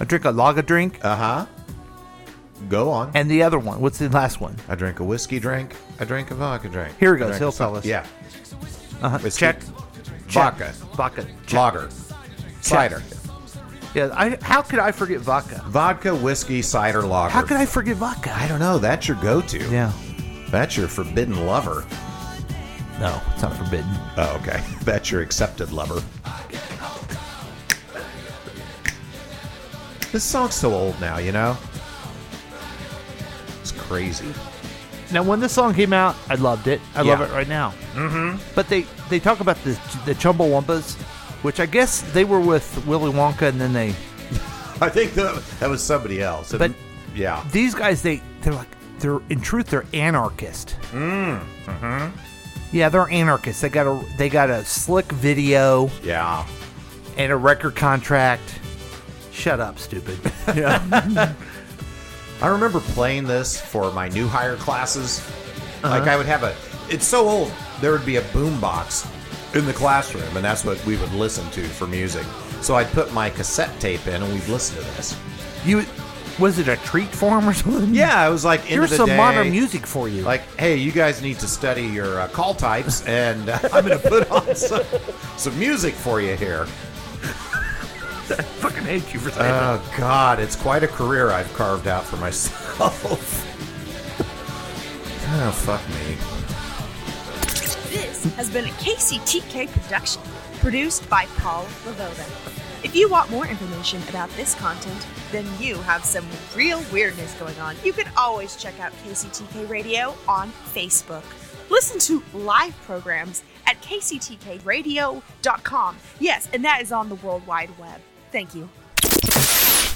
I'll drink a lager drink. Uh huh. Go on. and the other one. What's the last one? I drink a whiskey drink. I drink a vodka drink. Here it goes. I drink He'll a tell so- us. Yeah. Uh-huh. Whiskey. Check. Vodka. Vodka. Check. Lager. Cider. Yeah. I, how could I forget vodka? Vodka, whiskey, cider, lager. How could I forget vodka? I don't know. That's your go-to. Yeah. That's your forbidden lover. No, it's not forbidden. Oh, okay. [LAUGHS] That's your accepted lover. This song's so old now, you know? It's crazy. [LAUGHS] Now, when this song came out, I loved it. I love Yeah. it right now. Mm-hmm. But they they talk about the the Chumbawampas, which I guess they were with Willy Wonka, and then they I think that, that was somebody else. But- yeah. these guys they they're like they're in truth they're anarchist. Mm. Mm-hmm. Yeah, they're anarchists. They got a they got a slick video Yeah. and a record contract. Shut up, [LAUGHS] stupid. I remember playing this for my new hire classes. Like I would have a it's so old, there would be a boom box in the classroom and that's what we would listen to for music. So I'd put my cassette tape in and we'd listen to this. you was it a treat for them or something? Yeah, it was like end of here's the some day, modern music for you. Like, hey, you guys need to study your uh, call types, and uh, I'm going to put on [LAUGHS] some, some music for you here. fucking hate you for saying that. Oh God, it's quite a career I've carved out for myself. [LAUGHS] oh fuck me. This has been a KCTK production, produced by Paul Lavoda. If you want more information about this content, then you have some real weirdness going on. You can always check out KCTK Radio on Facebook. Listen to live programs at kctkradio.com. Yes, and that is on the World Wide Web. Thank you.